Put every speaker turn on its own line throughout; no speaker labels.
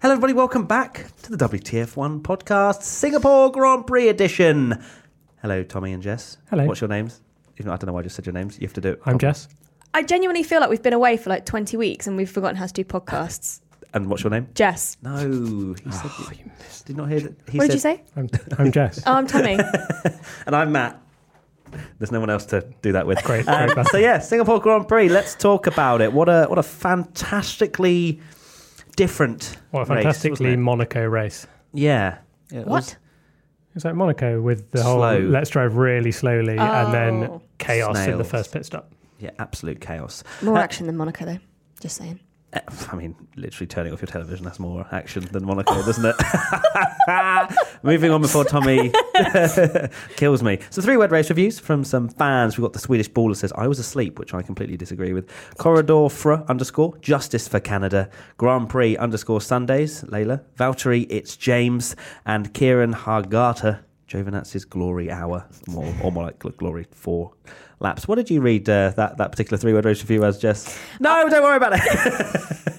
Hello, everybody. Welcome back to the WTF1 podcast, Singapore Grand Prix edition. Hello, Tommy and Jess.
Hello.
What's your names? If not, I don't know why I just said your names. You have to do it.
I'm Jess.
I genuinely feel like we've been away for like 20 weeks and we've forgotten how to do podcasts.
And what's your name?
Jess,
No, he said.
Ah,
you did not hear that. He said,
what did you say?
I'm, I'm Jess.
Oh, I'm Tommy.
And I'm Matt. There's no one else to do that with.
Great,
Um,
great, Matt.
so yeah, Singapore Grand Prix. Let's talk about it. What a what a fantastically different.
What a
race,
fantastically
wasn't it?
Monaco race.
yeah. Yeah, it was
what?
It's like Monaco with the
Slow.
whole let's drive really slowly and then
Oh.
chaos in the
Snails.
first pit stop.
yeah, absolute chaos.
More
Uh,
action than Monaco, though. Just saying.
Uh, I mean, literally turning off your television, that's more action than Monaco, doesn't it? Moving on before Tommy kills me. So, three word race reviews from some fans. We've got the Swedish baller says, I was asleep, which I completely disagree with. Corridor Fr underscore Justice for Canada. Grand Prix underscore Sundays, Layla. Valtteri, it's James. And Kieran Hargata, Jovanazzi's Glory Hour, more, or more like gl- Glory Four laps. What did you read uh, that, that particular three word race review as, Jess? No, don't worry about it.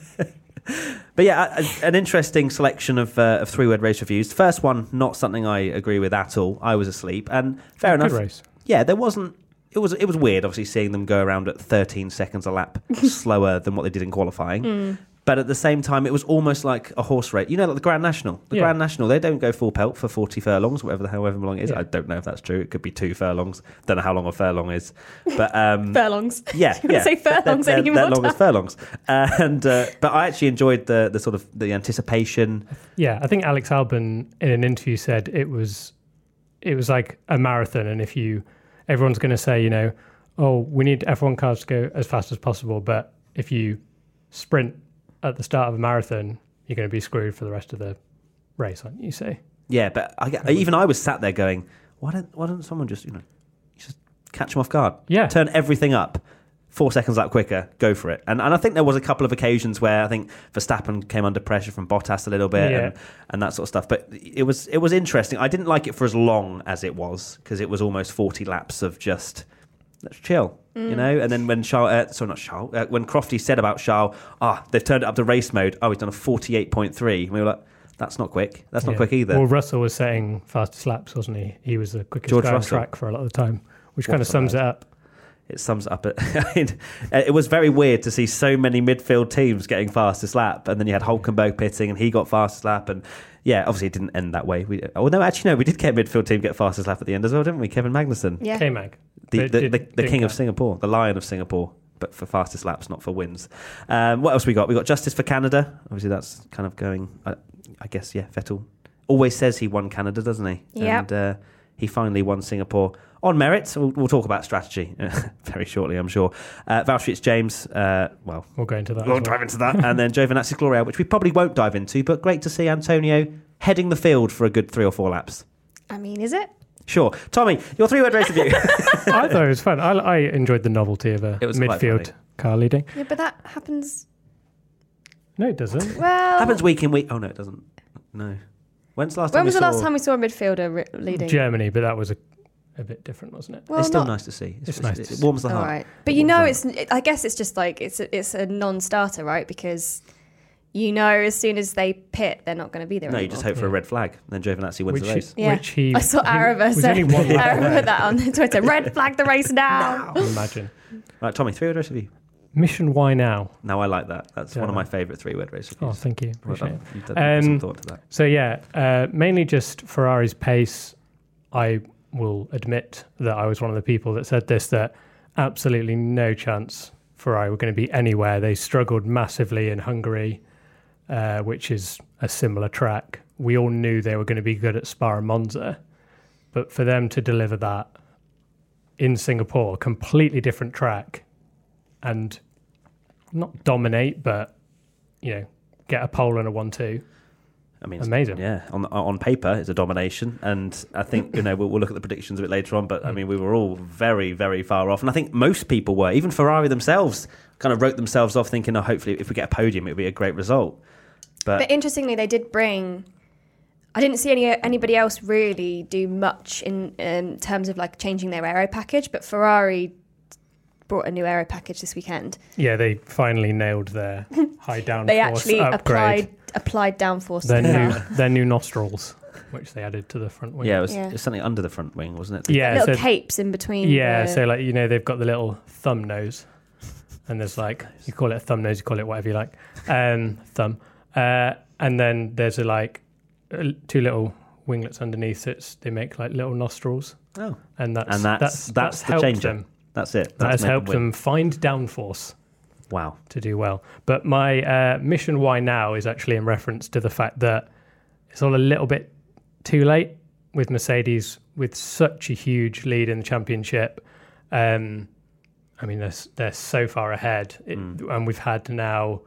But yeah, a- a- an interesting selection of, uh, of three word race reviews. First one, not something I agree with at all. I was asleep, and fair
Good
enough.
race.
Yeah, there wasn't. It was it was weird, obviously, seeing them go around at 13 seconds a lap slower than what they did in qualifying.
Hmm.
But at the same time, it was almost like a horse race. You know, like the Grand National. The
Yeah.
Grand National, they don't go full pelt for 40 furlongs, whatever the however long it is.
Yeah.
I don't know if that's true. It could be two furlongs. Don't know how long a furlong is. But um,
Furlongs.
yeah,
You wanna
yeah.
say furlongs
they're, they're,
anymore,
they're long as furlongs. Uh, and uh, but I actually enjoyed the the sort of the anticipation.
Yeah, I think Alex Albon in an interview said it was it was like a marathon and if you everyone's going to say, you know, oh, we need F1 cars to go as fast as possible, but if you sprint at the start of a marathon, you're going to be screwed for the rest of the race, aren't you say?
Yeah, but I, even I was sat there going, why don't why don't someone just you know just catch them off guard?
Yeah.
turn everything up. Four seconds up quicker, go for it. And and I think there was a couple of occasions where I think Verstappen came under pressure from Bottas a little bit
Yeah.
and, and that sort of stuff. But it was it was interesting. I didn't like it for as long as it was because it was almost forty laps of just let's chill, you know. And then when Charles, uh, sorry, not Charles, uh, when Crofty said about Charles, ah, they've turned it up to race mode. Oh, he's done a forty-eight point three. And we were like, that's not quick. That's not
Yeah.
quick either.
Well, Russell was setting fastest laps, wasn't he? He was the quickest
George
guy on
Russell.
track for a lot of the time, which
What
kind of
a
sums
lad.
it up.
it sums up. It. I mean, uh, it was very weird to see so many midfield teams getting fastest lap, and then you had Hulkenberg pitting, and he got fastest lap, and yeah, obviously it didn't end that way. We, oh no, actually no, we did get a midfield team get fastest lap at the end as well, didn't we? Kevin Magnussen,
Yeah.
K Mag,
the, the, the, the king of Singapore, the lion of Singapore, but for fastest laps, not for wins. Um, what else we got? We got justice for Canada. Obviously, that's kind of going. I, I guess yeah, Vettel always says he won Canada, doesn't he?
Yep.
And uh, he finally won Singapore on merit. We'll, we'll talk about strategy very shortly, I'm sure. Uh, Valtteri James, uh, well,
We'll go into that.
We'll
as well.
dive into that. and then Giovanazzi's Gloria, which we probably won't dive into, but great to see Antonio heading the field for a good three or four laps.
I mean, is it?
Sure. Tommy, your three word race review.
I thought it was fun. I, I enjoyed the novelty of a
It was quite
midfield
funny.
car leading.
Yeah, but that happens.
No, it doesn't.
Well,
happens week in week. Oh no, it doesn't. No. When's the last time?
when was
we
the last
saw-
time we saw a midfielder re- leading?
Germany, but that was a, a bit different, wasn't it?
well,
it's still
not-
nice to see. It's,
It's nice
It,
to see.
warms the
All
heart.
right, but you know, it's. I guess it's just like it's a, it's a non-starter, right? Because you know, as soon as they pit, they're not going to be there.
No, you
anymore.
just hope for a red flag. Then Giovinazzi wins
Which
the
he-
race.
Yeah.
Which he
I saw
he
Arava
was
say
only one lap
Arava
away,
put that on Twitter. Red flag the race now.
Imagine
Right, Tommy, three word race review.
mission. Why now?
No, I like that. That's
Yeah,
one of
no.
my favourite three word race
Oh,
reviews.
thank you.
Well
Appreciate
done.
it.
You've done- put some
Um,
thought to that.
So yeah, uh, mainly just Ferrari's pace. I will admit that I was one of the people that said this that absolutely no chance Ferrari were going to be anywhere. They struggled massively in Hungary, uh, which is a similar track. We all knew they were going to be good at Spa and Monza, but for them to deliver that in Singapore, completely different track, and not dominate, but you know, get a pole and a one-two.
I mean, it's-
Amazing.
Yeah, on on paper, it's a domination, and I think you know we'll, we'll look at the predictions a bit later on.
Mm.
But I mean, we were all very, very far off, and I think most people were, even Ferrari themselves, kind of wrote themselves off, thinking, "Oh, hopefully, if we get a podium, it would be a great result."
But interestingly, they did bring. I didn't see any anybody else really do much in um, terms of like changing their aero package, but Ferrari brought a new aero package this weekend.
Yeah, they finally nailed their high downforce
They actually
upgrade.
applied applied downforce to
Their
the
new
car.
their new nostrils, which they added to the front wing.
Yeah, it was,
Yeah.
it was something under the front wing, wasn't it?
yeah.
little
so
capes in between.
yeah,
the-
so like you know they've got the little thumb nose, and there's like you call it a thumb nose, you call it whatever you like, um, thumb, uh, and then there's a like uh, two little winglets underneath it. They make like little nostrils,
Oh,
and that's
and that's that's, the
helped
changer.
them.
That's it.
That
That's
has
made
helped
win.
them find downforce.
Wow.
to do well. But my uh, mission why now is actually in reference to the fact that it's all a little bit too late with Mercedes with such a huge lead in the championship. Um, I mean, they're, s- they're so far ahead, it, and we've had now.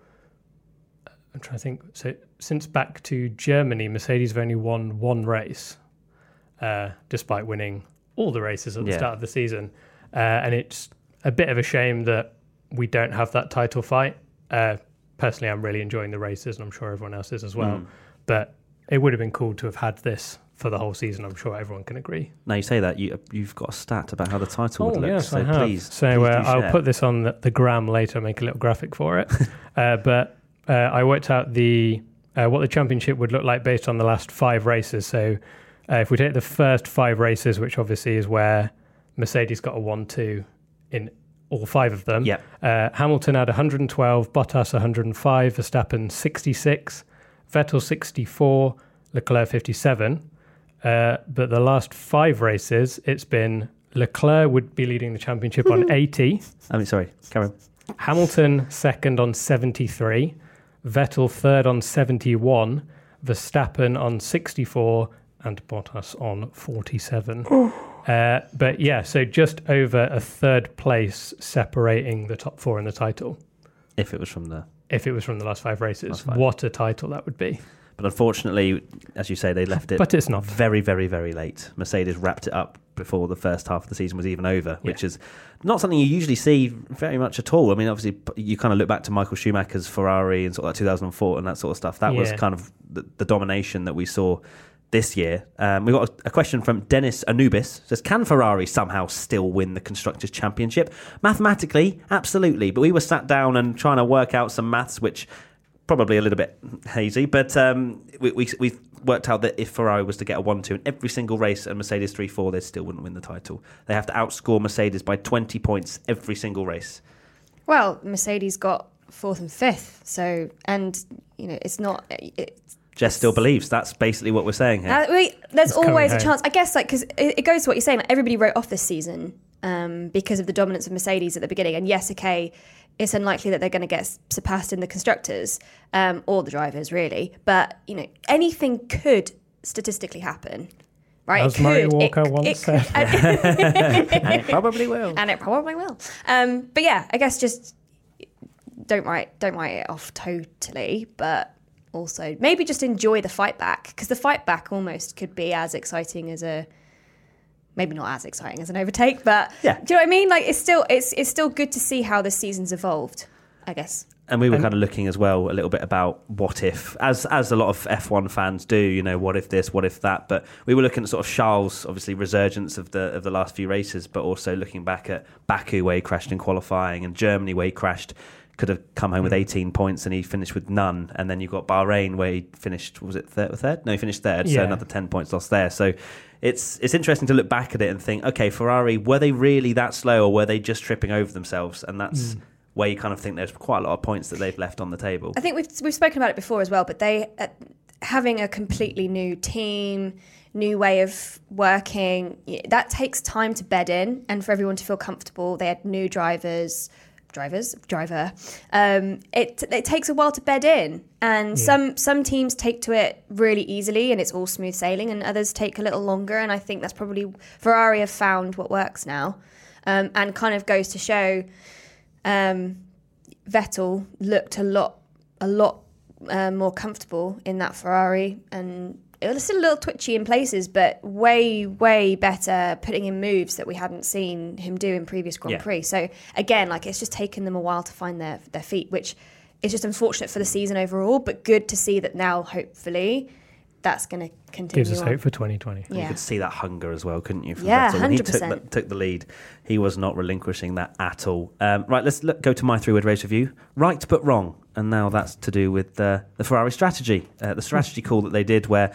I'm trying to think. So since back to Germany, Mercedes have only won one race, uh, despite winning all the races at the
Yeah.
start of the season, uh, and it's a bit of a shame that we don't have that title fight. Uh, personally, I'm really enjoying the races, and I'm sure everyone else is as
Mm.
well. But it would have been cool to have had this for the whole season. I'm sure everyone can agree.
Now you say that you you've got a stat about how the title
Oh,
would look. so please,
So
please
uh,
do
I'll
share.
put this on the, the gram later. Make a little graphic for it. uh, but uh, I worked out the uh, what the championship would look like based on the last five races. So uh, if we take the first five races, which obviously is where Mercedes got a one-two in all five of them.
Yep.
Uh, Hamilton had 112, Bottas 105, Verstappen 66, Vettel 64, Leclerc 57. Uh, but the last five races, it's been Leclerc would be leading the championship on 80,
I mean, sorry, Karen.
Hamilton second on 73, Vettel third on 71, Verstappen on 64, and Bottas on 47. Uh, but yeah, so just over a third place separating the top four in the title
If it was from the,
if it was from the last five races.
Last five.
What a title that would be.
but unfortunately, as you say, they left it
But it's not.
very, very, very late. Mercedes wrapped it up before the first half of the season was even over, which is not something you usually see very much at all. I mean, obviously, p- you kind of look back to Michael Schumacher's Ferrari and sort of like 2004 and that sort of stuff. That was
Yeah.
kind of the, the domination that we saw this year. Um, we got a, a question from Dennis Anubis. Says, can Ferrari somehow still win the Constructors' Championship? Mathematically, absolutely. But we were sat down and trying to work out some maths, which probably a little bit hazy, but um, we, we, we worked out that if Ferrari was to get a 1 2 in every single race and Mercedes 3 4, they still wouldn't win the title. They have to outscore Mercedes by 20 points every single race.
well, Mercedes got fourth and fifth. So and you know it's not. It,
Jess still believes that's basically what we're saying here.
Uh, we, there's
It's coming
always a
home.
chance, I guess. Like because it, it goes to what you're saying. Like, everybody wrote off this season um, because of the dominance of Mercedes at the beginning. And yes, okay, it's unlikely that they're going to get s- surpassed in the constructors um, or the drivers, really. But you know, anything could statistically happen, right?
As Murray
could,
Walker
it,
once
it
said.
could, and,
and it probably will.
and it probably will. Um, but yeah, I guess just don't write don't write it off totally, but also maybe just enjoy the fight back because the fight back almost could be as exciting as a maybe not as exciting as an overtake, but
Yeah.
do you know what I mean? Like it's still it's it's still good to see how the season's evolved. I guess.
And we were kind of looking as well a little bit about what if, as as a lot of F1 fans do, you know, what if this, what if that. But we were looking at sort of Charles, obviously resurgence of the of the last few races, but also looking back at Baku where he crashed in qualifying and Germany where he crashed, could have come home with 18 points and he finished with none. And then you've got Bahrain where he finished, was it third? third? No, he finished third. So
Yeah.
another 10 points lost there. So it's it's interesting to look back at it and think, okay, Ferrari, were they really that slow or were they just tripping over themselves? And that's where you kind of think there's quite a lot of points that they've left on the table.
I think we've we've spoken about it before as well, but they uh, having a completely new team, new way of working, y- that takes time to bed in and for everyone to feel comfortable. They had new drivers, drivers, driver. Um, it it takes a while to bed in, and some some teams take to it really easily and it's all smooth sailing, and others take a little longer. And I think that's probably Ferrari have found what works now, um, and kind of goes to show. Um, Vettel looked a lot, a lot uh, more comfortable in that Ferrari, and it was still a little twitchy in places, but way, way better putting in moves that we hadn't seen him do in previous Grand
Yeah.
Prix. So again, like it's just taken them a while to find their their feet, which is just unfortunate for the season overall, but good to see that now. Hopefully, that's going to continue.
Gives us
on.
hope for 2020.
You
Yeah.
could see that hunger as well, couldn't you? from
Yeah,
Vettel? When he took
100%.
the, took the lead, he was not relinquishing that at all. Um, right, let's look, go to my three-word race review. Right but wrong, and now that's to do with uh, the Ferrari strategy, uh, the strategy call that they did, where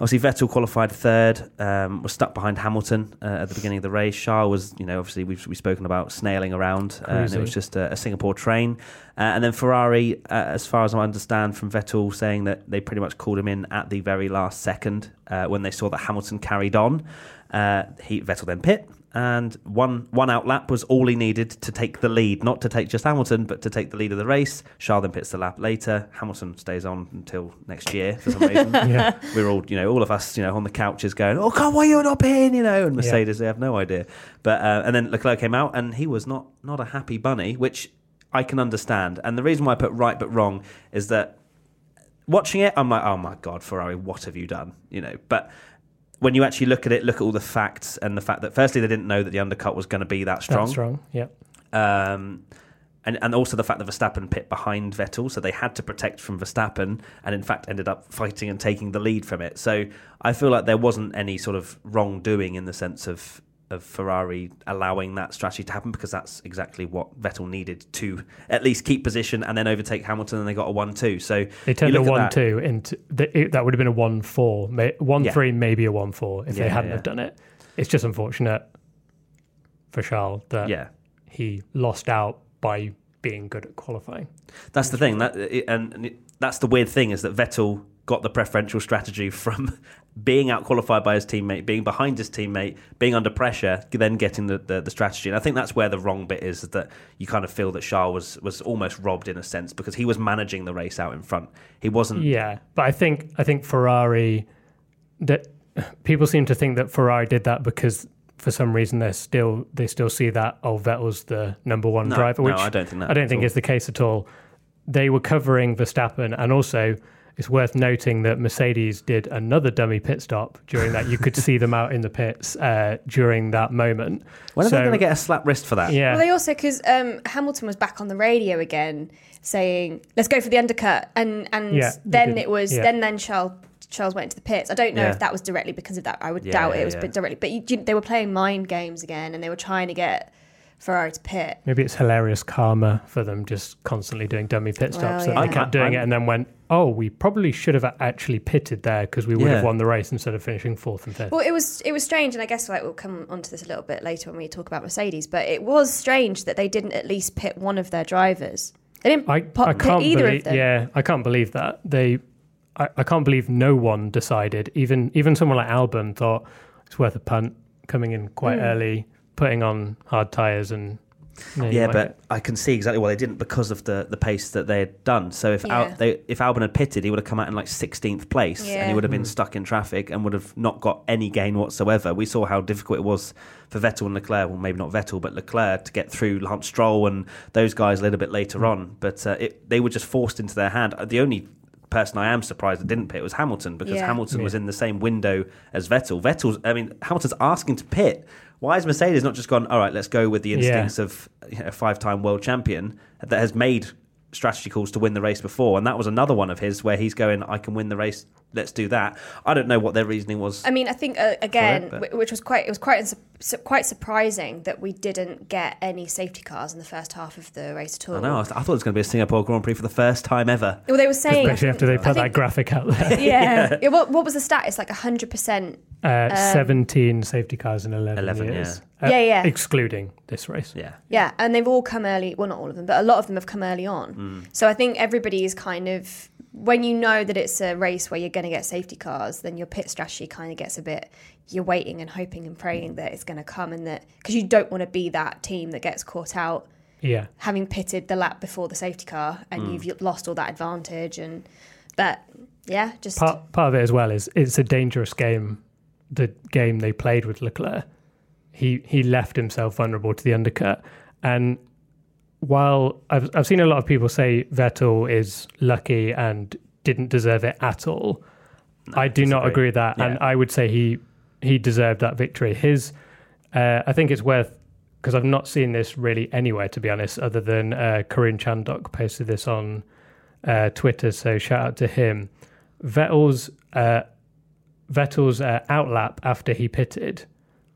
obviously Vettel qualified third, um, was stuck behind Hamilton uh, at the beginning of the race. Charles was, you know, obviously we've, we've spoken about snailing around, uh, and it
Cruising.
was just a, a Singapore train. Uh, and then Ferrari, uh, as far as I understand from Vettel, saying that they pretty much called him in at the very last second uh, when they saw that Hamilton carried on. Uh, he Vettel then pit, and one one out lap was all he needed to take the lead, not to take just Hamilton, but to take the lead of the race. Charles then pits the lap later. Hamilton stays on until next year for some reason.
Yeah.
We're all, you know, all of us, you know, on the couches going, "Oh God, why you're not in?" You know, and Mercedes, they have no idea. But uh, and then Leclerc came out, and he was not not a happy bunny, which I can understand. And the reason why I put right but wrong is that watching it, I'm like, oh my god, Ferrari, what have you done? You know, but when you actually look at it, look at all the facts and the fact that firstly they didn't know that the undercut was going to be that strong,
That's strong. Yeah.
um, and and also the fact that Verstappen pit behind Vettel, so they had to protect from Verstappen, and in fact ended up fighting and taking the lead from it. So I feel like there wasn't any sort of wrongdoing in the sense of of Ferrari allowing that strategy to happen because that's exactly what Vettel needed to at least keep position and then overtake Hamilton, and they got a one-two. So
They turned
you
a
look at
one
that-
two into the, it, that would have been a one four, may, one
Yeah.
three, maybe a one four if
Yeah,
they hadn't
yeah.
have done it. It's just unfortunate for Charles that
Yeah,
he lost out by being good at qualifying.
That's the thing. That it- and and it- that's the weird thing is that Vettel got the preferential strategy from being out qualified by his teammate, being behind his teammate, being under pressure, then getting the, the, the strategy. And I think that's where the wrong bit is, is that you kind of feel that Charles was, was almost robbed in a sense because he was managing the race out in front. He wasn't.
Yeah, but I think I think Ferrari that people seem to think that Ferrari did that because for some reason they're still they still see that oh Vettel's the number one
No,
driver,
no,
which
I don't think that
I
at
don't think
all.
is the case at all. They were covering Verstappen, and also it's worth noting that Mercedes did another dummy pit stop during that. You could see them out in the pits uh, during that moment.
When are
So,
they going to get a slap wrist for that?
Yeah,
Well, they also because um, Hamilton was back on the radio again saying, "Let's go for the undercut," and and
Yeah, they
then
did.
it was
Yeah.
then then Charles Charles went into the pits. I don't know
Yeah.
if that was directly because of that. I would
Yeah,
doubt
yeah,
it was
yeah.
bit directly, but you, you- they were playing mind games again, and they were trying to get Ferrari to pit.
Maybe it's hilarious karma for them just constantly doing dummy pit
Well,
stops.
yeah.
and they kept doing it and then went, oh, we probably should have actually pitted there because we would
Yeah.
have won the race instead of finishing fourth and fifth.
Well, it was it was strange, and I guess like we'll come onto this a little bit later when we talk about Mercedes. But it was strange that they didn't at least pit one of their drivers. They didn't
I,
pop
I
pit
can't
either
believe,
of them.
yeah, I can't believe that they. I, I can't believe no one decided. Even even someone like Albon thought it's worth a punt coming in
Hmm.
quite early, putting on hard tires, and you know, you
Yeah,
might
but I can see exactly why they didn't because of the, the pace that they had done. So if
Yeah.
Al, they, if Albon had pitted, he would have come out in like 16th place, and
Yeah.
he would have been stuck in traffic and would have not got any gain whatsoever. We saw how difficult it was for Vettel and Leclerc. Well, maybe not Vettel, but Leclerc to get through Lance Stroll and those guys a little bit later on. But uh, it, they were just forced into their hand. The only person I am surprised that didn't pit was Hamilton because
Yeah.
Hamilton. Hamilton was in the same window as Vettel. Vettel's, I mean, Hamilton's asking to pit. Why has Mercedes not just gone, all right, let's go with the instincts of you know, a five time world champion that has made strategy calls to win the race before? And that was another one of his where he's going, I can win the race, let's do that. I don't know what their reasoning was.
I mean, I think uh, again,
but-
whi- which was quite it was quite unsu- su- quite surprising that we didn't get any safety cars in the first half of the race at all.
I know, I, was- I thought it was going to be a Singapore Grand Prix for the first time ever.
Well, they were saying,
especially after they put that
think-
graphic out there,
yeah. Yeah, What, what was the stat? It's like hundred percent.
uh, seventeen safety cars in eleven,
11,
years,
Um, yeah. Yeah, yeah.
excluding this race.
Yeah.
Yeah, and they've all come early. Well, not all of them, but a lot of them have come early on.
Mm.
So I think everybody is kind of when you know that it's a race where you're going to get safety cars, then your pit strategy kind of gets a bit. You're waiting and hoping and
Mm.
praying that it's going to come, and that because you don't want to be that team that gets caught out
yeah.
having pitted the lap before the safety car and you've lost all that advantage and but yeah just
part part of it as well is it's a dangerous game. The game they played with Leclerc, he he left himself vulnerable to the undercut. And while I've I've seen a lot of people say Vettel is lucky and didn't deserve it at all, I do not
disagree.
agree with that, and
Yeah.
I would say he he deserved that victory. His uh, I think it's worth because I've not seen this really anywhere to be honest, other than uh, Corinne Chandok posted this on uh, Twitter. So shout out to him. Vettel's uh, Vettel's uh, outlap after he pitted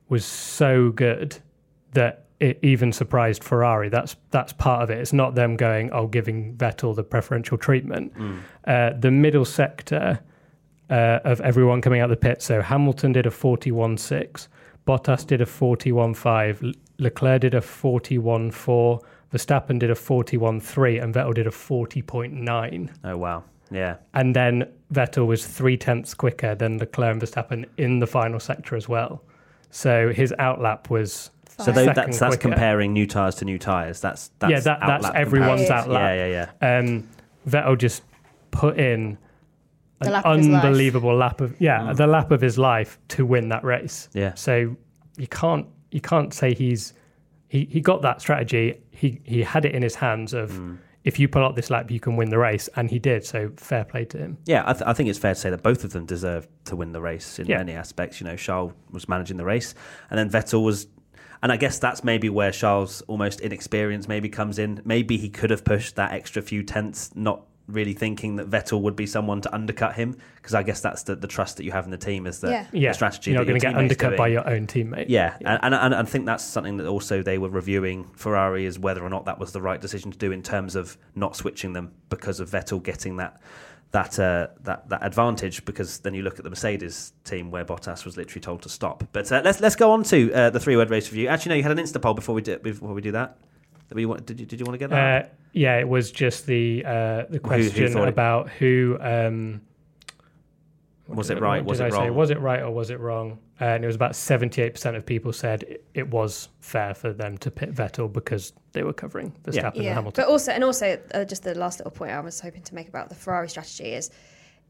was so good that it even surprised Ferrari. That's that's part of it. It's not them going, oh, giving Vettel the preferential treatment. Uh, the middle sector uh, of everyone coming out of the pit. So Hamilton did a 41 6, Bottas did a 41 5, Leclerc did a 41 4, Verstappen did a 41 3, and Vettel did a 40.9
Oh wow. Yeah.
and then Vettel was three tenths quicker than Leclerc and Verstappen in the final sector as well. So his outlap was
So
Fine.
tho-
Second
that's that's
quicker.
comparing new tires to new tires. That's that's
yeah, that, that's
outlap
everyone's
comparison.
comparison.
outlap.
Yeah, yeah,
Um, Vettel just put in
The
an
lap of his life.
unbelievable lap of yeah, the lap of his life to win that race.
yeah, yeah.
So you can't you can't say he's he, he got that strategy. He he had it in his hands of
Hmm.
if you pull out this lap, you can win the race, and he did. So fair play to him.
Yeah, I, th- I think it's fair to say that both of them deserved to win the race in
Yeah.
many aspects. You know, Charles was managing the race, and then Vettel was, and I guess that's maybe where Charles' almost inexperience maybe comes in. Maybe he could have pushed that extra few tenths, not really thinking that Vettel would be someone to undercut him, because I guess that's the, the trust that you have in the team is that
Yeah.
the strategy.
You're
that
not going to
your
get
teammate's
undercut
doing.
by your own teammate.
Yeah, And, and, and I think that's something that also they were reviewing Ferrari is whether or not that was the right decision to do in terms of not switching them because of Vettel getting that that uh, that that advantage. Because then you look at the Mercedes team where Bottas was literally told to stop. But uh, let's let's go on to uh, the three word race review. Actually, no, you had an Insta poll before we do, before we do that. That we want, did you did you want to get that?
Uh, yeah, it was just the uh, the
Who- who
question
thought it-
about who um, Uh, what
Was
did
it
I-
right?
what
Was
did
it
I say?
wrong?
Was it right or was it wrong? Uh, and it was about seventy eight percent of people said it, it was fair for them to pit Vettel because they were covering Verstappen
Yeah.
and
yeah.
Hamilton.
But also, and also, uh, just the last little point I was hoping to make about the Ferrari strategy is,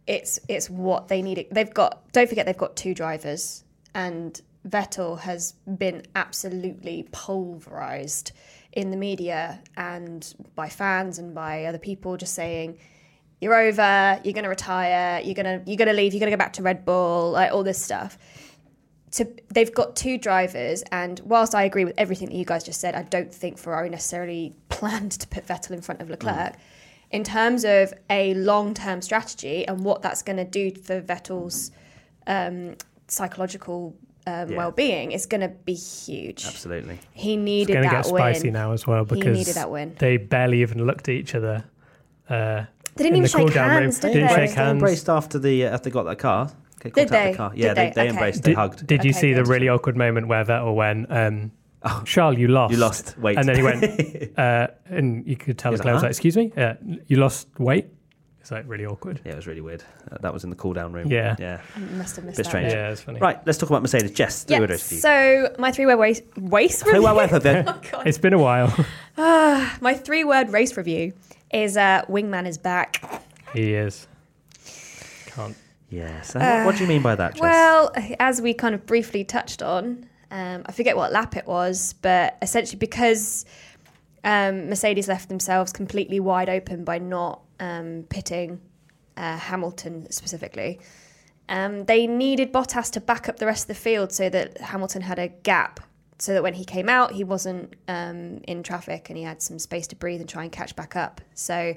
it's it's what they need. They've got. Don't forget, they've got two drivers, and Vettel has been absolutely pulverized in the media and by fans and by other people, just saying. You're over. You're going to retire. You're going to you're going to leave. You're going to go back to Red Bull. Like all this stuff to they've got two drivers, and whilst I agree with everything that you guys just said, I don't think Ferrari necessarily planned to put Vettel in front
Mm.
of Leclerc. In terms of a long-term strategy and what that's going to do for Vettel's um, psychological um,
Yeah.
well-being, it's going to be huge.
Absolutely.
He
It's
needed
going to
that
get spicy
win.
now as well
He needed
because
that win.
they barely even looked at each other. Uh,
They didn't
in
even
the
shake
cool-down room,
hands, did
didn't
they?
shake hands.
They embraced after the uh, after they got that car. They got
Did
out
they?
The car.
Did
Yeah, they,
they?
they
Okay.
embraced. they
did,
hugged.
did you
Okay,
see the
good.
really awkward moment where Vettel went, um, "Charles, you lost.
Oh. You lost. Wait.
And then he went, uh, and you could tell
He was
the clown was
like,
like, "Excuse me, uh, you lost weight." It's like really awkward.
yeah, it was really weird. Uh, that was in the cool down room.
Yeah.
Yeah.
I Mm, must have missed
Bit
that.
strange.
bit.
Yeah, it's funny.
Right, let's talk about Mercedes. Jess, three-word
Yep,
race review.
So my three-word race race
Three-word
review.
race review.
Oh, God.
It's been a while.
Ah, my three-word race review is uh, Wingman is back.
he is. Can't.
Yes. And what, what do you mean by that, Jess?
Well, as we kind of briefly touched on, um, I forget what lap it was, but essentially because um, Mercedes left themselves completely wide open by not um, pitting uh, Hamilton specifically, um, they needed Bottas to back up the rest of the field so that Hamilton had a gap. So that when he came out, he wasn't um, in traffic and he had some space to breathe and try and catch back up. So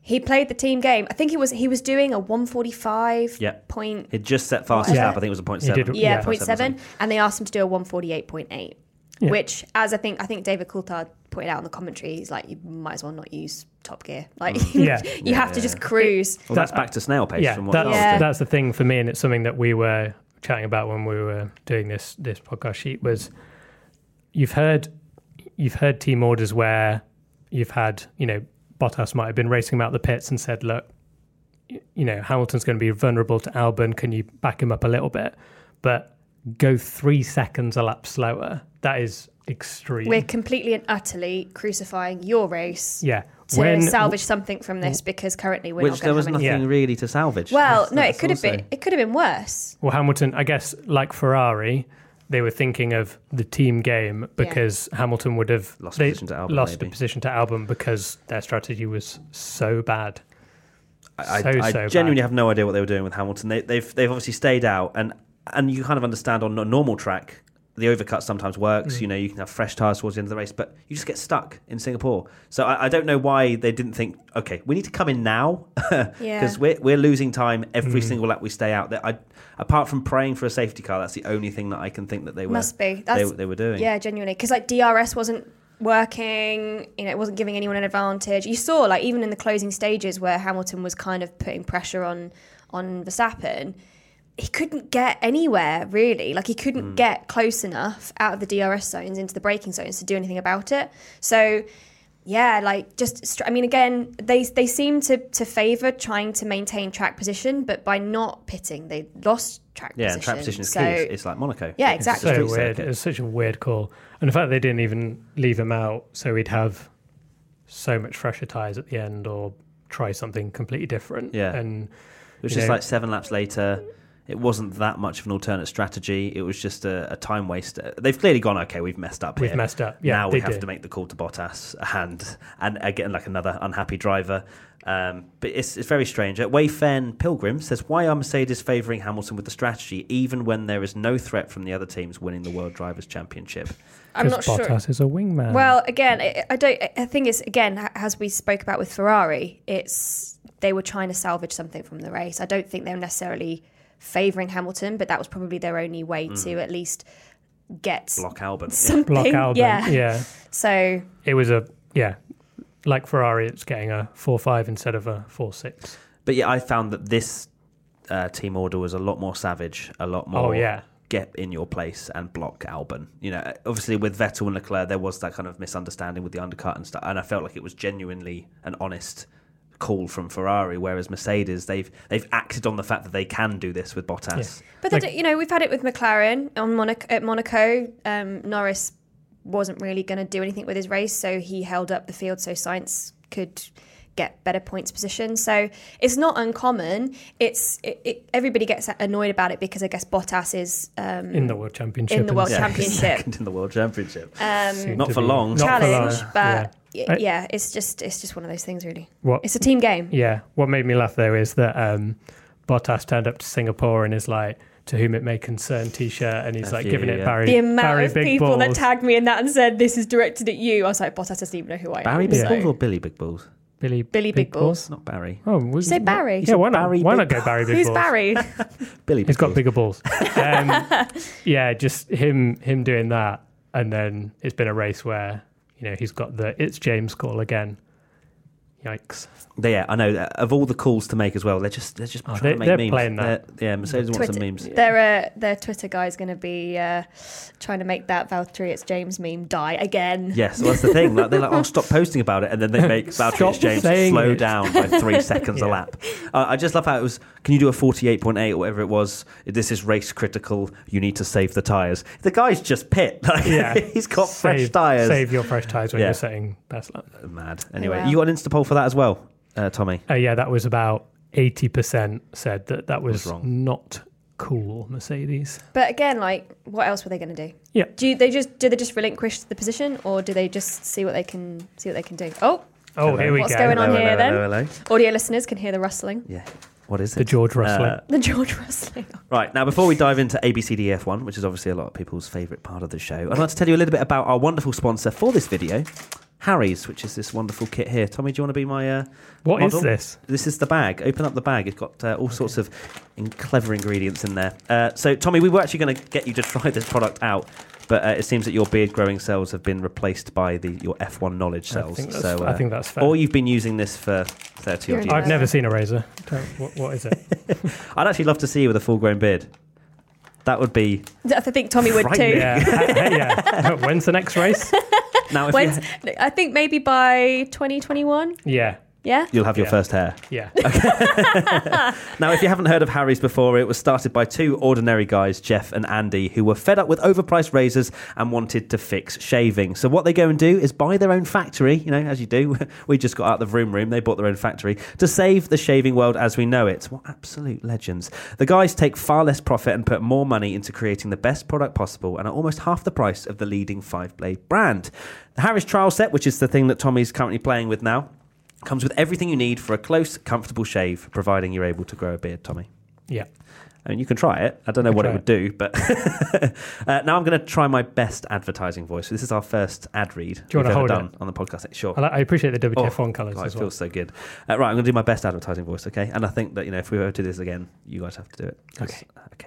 he played the team game. I think he was he was doing a one forty five
Yeah.
point
it just set fastest
Yeah.
lap. I think it was a point
He
seven.
did-
yeah,
Yeah.
point 0.7,
something.
and they asked him to do a 148.8
Yeah.
which as i think i think david coulthard pointed out in the commentary he's like you might as well not use top gear like
Yeah.
you
Yeah,
have to
yeah.
just cruise
Well, that's back to snail pace
yeah,
from what
that's
Charles
Yeah.
did.
that's the thing for me, and it's something that we were chatting about when we were doing this this podcast sheet was you've heard you've heard team orders where you've had you know Bottas might have been racing him out the pits and said look y- you know Hamilton's going to be vulnerable to Albon can you back him up a little bit but go three seconds a lap slower that is extreme
we're completely and utterly crucifying your race
yeah
to salvage something from this because currently we're
Which
not
there
going to
was
have
nothing
any.
Yeah.
really to salvage.
well
That's-
no
that's
it could have
also-
been it could have been worse
Well, Hamilton, I guess, like Ferrari, they were thinking of the team game because Hamilton would have
Lost
they
position to Albon,
lost
maybe.
a position to Albon because their strategy was so bad.
I,
so,
I
so
genuinely
bad.
have no idea what they were doing with Hamilton. They, they've they've obviously stayed out, and and you kind of understand on a normal track the overcut sometimes works.
Mm.
You know, you can have fresh tires towards the end of the race, but you just get stuck in Singapore. So I, I don't know why they didn't think, okay, we need to come in now because
Yeah.
we're we're losing time every
Mm.
single lap we stay out. That I, apart from praying for a safety car, that's the only thing that I can think that they were
Must be.
they,
That's-
they were doing.
Yeah, genuinely, because like DRS wasn't working. You know, it wasn't giving anyone an advantage. You saw like even in the closing stages where Hamilton was kind of putting pressure on on Verstappen, he couldn't get anywhere really. Like he
Mm.
couldn't get close enough out of the DRS zones into the braking zones to do anything about it. So. Yeah, like just str- I mean again, they they seem to to favor trying to maintain track position, but by not pitting, they lost track
Yeah,
position.
and trap position is
so,
key. It's, it's like Monaco.
Yeah,
It's just a
exactly.
so
street
weird.
circuit.
It was such a weird call. And the fact they didn't even leave him out, so he'd have so much fresher tires at the end, or try something completely different.
Yeah.
and
which
you
is
know-
like seven laps later. It wasn't that much of an alternate strategy. It was just a, a time waste. Uh, They've clearly gone, okay, we've messed up.
We've
here.
messed up. Yeah,
now we
they
have
did.
to make the call to Bottas and and again like another unhappy driver. Um, but it's it's very strange. Uh, Wayfen Pilgrim says, why are Mercedes favouring Hamilton with the strategy even when there is no threat from the other teams winning the World Drivers' Championship?
I'm not
because
sure.
Bottas is a wingman.
Well, again, I, I don't. I think it's again h- as we spoke about with Ferrari. It's they were trying to salvage something from the race. I don't think they were necessarily favouring Hamilton, but that was probably their only way to at least get
Block Albon.
something.
block Albon.
Yeah.
yeah,
So
it was a yeah, like Ferrari. It's getting a four five instead of a four six.
But yeah, I found that this uh, team order was a lot more savage, a lot more
Oh, yeah.
get in your place and block Albon. You know, obviously with Vettel and Leclerc, there was that kind of misunderstanding with the undercut and stuff, and I felt like it was genuinely an honest call from Ferrari. Whereas Mercedes, they've they've acted on the fact that they can do this with Bottas.
But they
Like-
don't- you know, we've had it with McLaren on Monaco, at Monaco. Um, Norris wasn't really going to do anything with his race, so he held up the field so Science could get better points position. So it's not uncommon. It's it, it, everybody gets annoyed about it because I guess Bottas is um,
in the world championship.
In the World
and
Champ- Championship.
second in the world championship.
soon
Not
to
for
be-
long.
not for long,
challenge, but y-
I-
yeah. it's just it's just one of those things, really.
What?
It's a team game.
yeah. What made me laugh though is that um, Bottas turned up to Singapore and is like, "To whom it may concern," T-shirt, and he's
A
like
few,
giving it
yeah.
Barry.
The amount
Barry
of
Big
people that
Balls.
tagged me in that and said this is directed at you, I was like, Bottas doesn't even know who I am.
Barry Big
so-
Balls or Billy Big Balls?
Billy
Billy Big
It's
Balls.
not Barry.
Oh, was,
you say Barry?
Yeah, why not?
Barry
why
Big-
not go Barry Big
Who's
Balls?
Barry?
Billy. Big
He's got
Balls.
bigger balls. Um, yeah, just him him doing that, and then it's been a race where you know he's got the it's James call again. Yikes!
Yeah, I know. Of all the calls to make as well, they're just they're just trying
Oh, they-
to make
they're
memes.
playing that.
They're- yeah, Mercedes wants
Twitter,
some memes.
Their uh, their Twitter guy's going to be uh, trying to make that Valtteri it's James meme die again.
Yes, well, that's the thing. Like, they're like, oh, stop posting about it. And then they make Valtteri
Stop
Exchange
saying
slow
it.
down by three seconds a
Yeah.
lap. Uh, I just love how it was, can you do a 48.8 or whatever it was? This is race critical. You need to save the tyres. The guy's just pit. Like,
Yeah.
he's got fresh
Save-
tyres.
Save your fresh tires when
Yeah.
you're setting best lap.
Mad. Anyway,
wow.
you got an Insta poll for that as well, uh, Tommy.
Uh, yeah, that was about eighty percent said that that was,
wrong.
not cool, Mercedes.
But again, like, what else were they going to do?
Yeah.
Do you, they just do they just relinquish the position, or do they just see what they can see what they can do? Oh,
Oh, here we
What's
go.
going on
Hello,
here
hello,
then?
hello, hello.
audio listeners can hear the rustling,
Yeah. What is it?
The George Russell.
Uh,
the George rustling.
Right, now before we dive into ABCDEF1, E which is obviously a lot of people's favourite part of the show, I'd like to tell you a little bit about our wonderful sponsor for this video, Harry's, which is this wonderful kit here. Tommy, do you want to be my. Uh,
What is
model?
this?
This is the bag. Open up the bag. It's got uh, all sorts of in- clever ingredients in there. Uh, so, Tommy, we were actually going to get you to try this product out, but uh, it seems that your beard growing cells have been replaced by the your F1 knowledge cells.
I think that's,
so, uh,
I think that's fair.
or you've been using this for 30 odd
You're
years.
I've never seen a razor. Don't- What, what is it?
I'd actually love to see you with a full grown beard. That would be
I think Tommy would too.
Frightening.
yeah, yeah. When's the next race?
now if you
When's- I think maybe by 2021.
Yeah,
Yeah.
You'll have your
Yeah.
first hair.
yeah.
Now, if you haven't heard of Harry's before, it was started by two ordinary guys, Jeff and Andy, who were fed up with overpriced razors and wanted to fix shaving. So, what they go and do is buy their own factory, you know, as you do. We just got out the Vroom Room, they bought their own factory to save the shaving world as we know it. What absolute legends. The guys take far less profit and put more money into creating the best product possible and at almost half the price of the leading five blade brand. The Harry's trial set, which is the thing that Tommy's currently playing with now, Comes with everything you need for a close, comfortable shave, providing you're able to grow a beard, Tommy.
Yeah.
I mean, you can try it. I don't know
can
what it
try
would do, but uh, now I'm going to try my best advertising voice. This is our first ad read.
you wanna
we've ever
hold
done
it?
on the podcast? Sure.
I, like, I appreciate the
Oh,
WTF1 colours
God,
as
it
well.
feels so good. Uh, right, I'm going to do my best advertising voice, okay? And I think that, you know, if we ever do this again, you guys have to do it. 'Cause- uh, Okay.
Okay.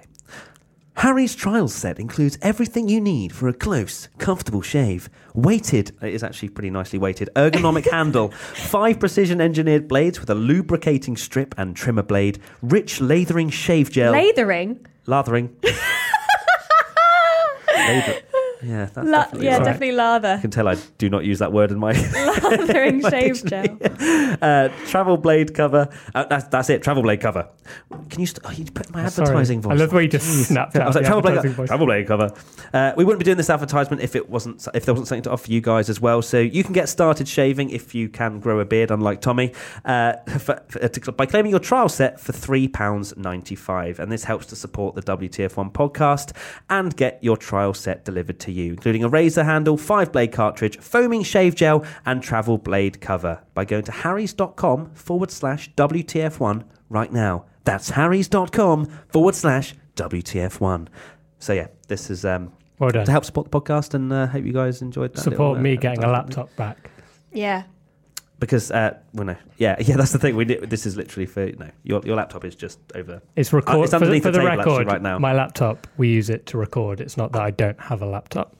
Harry's trial set includes everything you need for a close, comfortable shave. Weighted, it is actually pretty nicely weighted, ergonomic handle, five precision engineered blades with a lubricating strip and trimmer blade, rich lathering shave gel.
Lathering.
lathering. Lather- yeah, that's
La-
definitely
yeah,
right.
definitely lather.
I can tell I do not use that word in my
Lathering shave gel.
uh, travel blade cover. Uh, that's, that's it. Travel blade cover. Can you? St- oh, you put my
Sorry.
advertising voice.
I love the way you just snapped out.
I was like,
the
travel blade,
advertising voice.
travel blade cover. Uh, we wouldn't be doing this advertisement if it wasn't if there wasn't something to offer you guys as well. So you can get started shaving if you can grow a beard, unlike Tommy, uh, for, for, to, by claiming your trial set for three pounds ninety five, and this helps to support the WTF One podcast and get your trial set delivered to you, including a razor handle, five blade cartridge, foaming shave gel, and travel blade cover. By going to harrys.com forward slash WTF One right now. That's harrys.com forward slash WTF1. So, yeah, this is um,
Well done.
to help support the podcast and uh, hope you guys enjoyed that.
Support
little, uh,
me getting a
advertisement.
laptop back.
Yeah.
Because, uh, well, no. Yeah, yeah, that's the thing. We did, This is literally for, no, your, your laptop is just over.
It's record
Uh, it's
for the,
underneath
for
the
the
table, actually,
record.
right now.
My laptop, we use it to record. It's not that I don't have a laptop.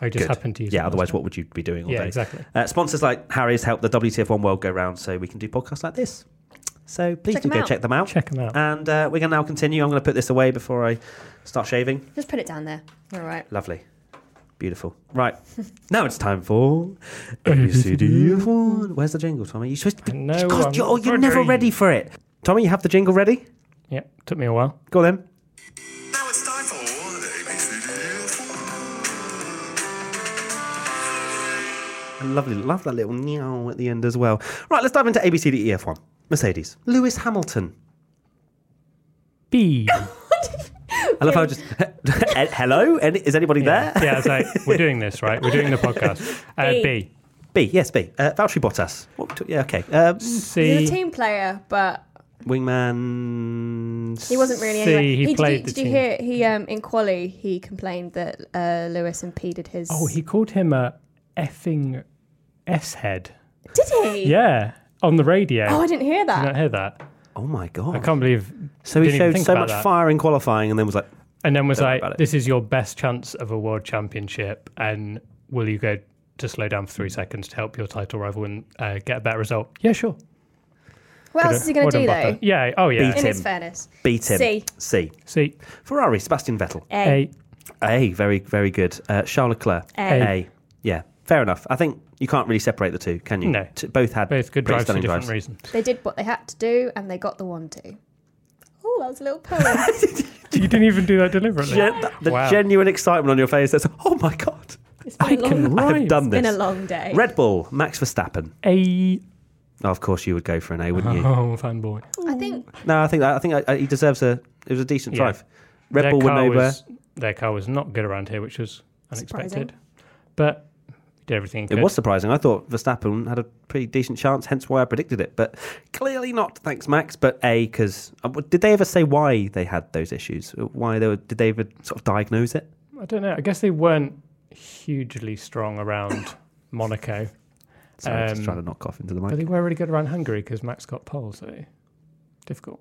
I just
Good.
happen to use. it.
Yeah, otherwise, what would you be doing all
Yeah,
day?
exactly.
Uh, sponsors like Harry's help the WTF1 world go round so we can do podcasts like this. So please
Check
do
them
go
out.
check them out.
Check them out.
And uh, we're going to now continue. I'm going to put this away before I start shaving.
Just put it down there. All right.
Lovely. Beautiful. Right. now it's time for ABCD of one. Where's the jingle, Tommy? You're supposed to be.
No
God,
one-
you're, oh, you're never ready for it. Tommy, you have the jingle ready?
Yeah, took me a while.
Go on then.
Now it's time for ABCD.
Lovely. Love that little meow at the end as well. Right, let's dive into ABCDEF1. E Mercedes. Lewis Hamilton.
B.
I love how I just. Eh, Hello? Any, is anybody there?
yeah, it's like we're doing this right. We're doing the podcast. Uh,
B.
B.
B, yes, B. Uh, Valtteri Bottas. What, t- yeah, okay. Um,
C.
He's a team player, but
wingman.
he wasn't really.
See,
anyway.
he
did
played
you,
the
did you
team.
hear? He um, in quali he complained that uh, Lewis impeded his.
Oh, he called him a effing S head.
did he?
Yeah, on the radio.
Oh, I didn't hear
Did you not
that.
hear that?
Oh my
I
god!
can't believe.
So he
didn't even
showed
think
so
about
much
that.
fire in qualifying, and then was like,
And then was
Don't worry
like,
about it.
"This is your best chance of a world championship, and will you go to slow down for three seconds to help your title rival and uh, get a better result?" Yeah, sure.
What else is he going to do though?
Yeah. Oh yeah.
Beat
In his
Tim.
fairness,
beat him.
C.
C.
C.
Ferrari. Sebastian Vettel.
A.
A.
A. Very, very good. Uh, Charles Leclerc.
A.
Yeah, fair enough. I think you can't really separate the two, can you?
No.
T- both had
Both good
pretty
drives for
stunning
different reasons.
They did what they had to do, and they got the one two. Oh, that was a little poem.
You didn't even do that deliberately.
Gen- the- the
Wow.
genuine excitement on your face says, "Oh my god,
It's been, a long,
I have
Right.
done
been a
this."
long day.
Red Bull. Max Verstappen.
A.
Oh, of course, you would go for an A, wouldn't you?
Oh, fanboy.
I think
No, I think I think I, I, he deserves a. It was a decent
Yeah.
drive. Red Bull were nowhere.
Was, their car was not good around here, which was unexpected.
Surprising.
But he did everything. He
It
could.
was surprising. I thought Verstappen had a pretty decent chance, hence why I predicted it. But clearly not. Thanks, Max. But A, because did they ever say why they had those issues? Uh, Why they were, did they ever sort of diagnose it?
I don't know. I guess they weren't hugely strong around Monaco,
Sorry, just
Um,
trying to not cough into the
but
mic.
they were really good around Hungary because Max got pole, so difficult.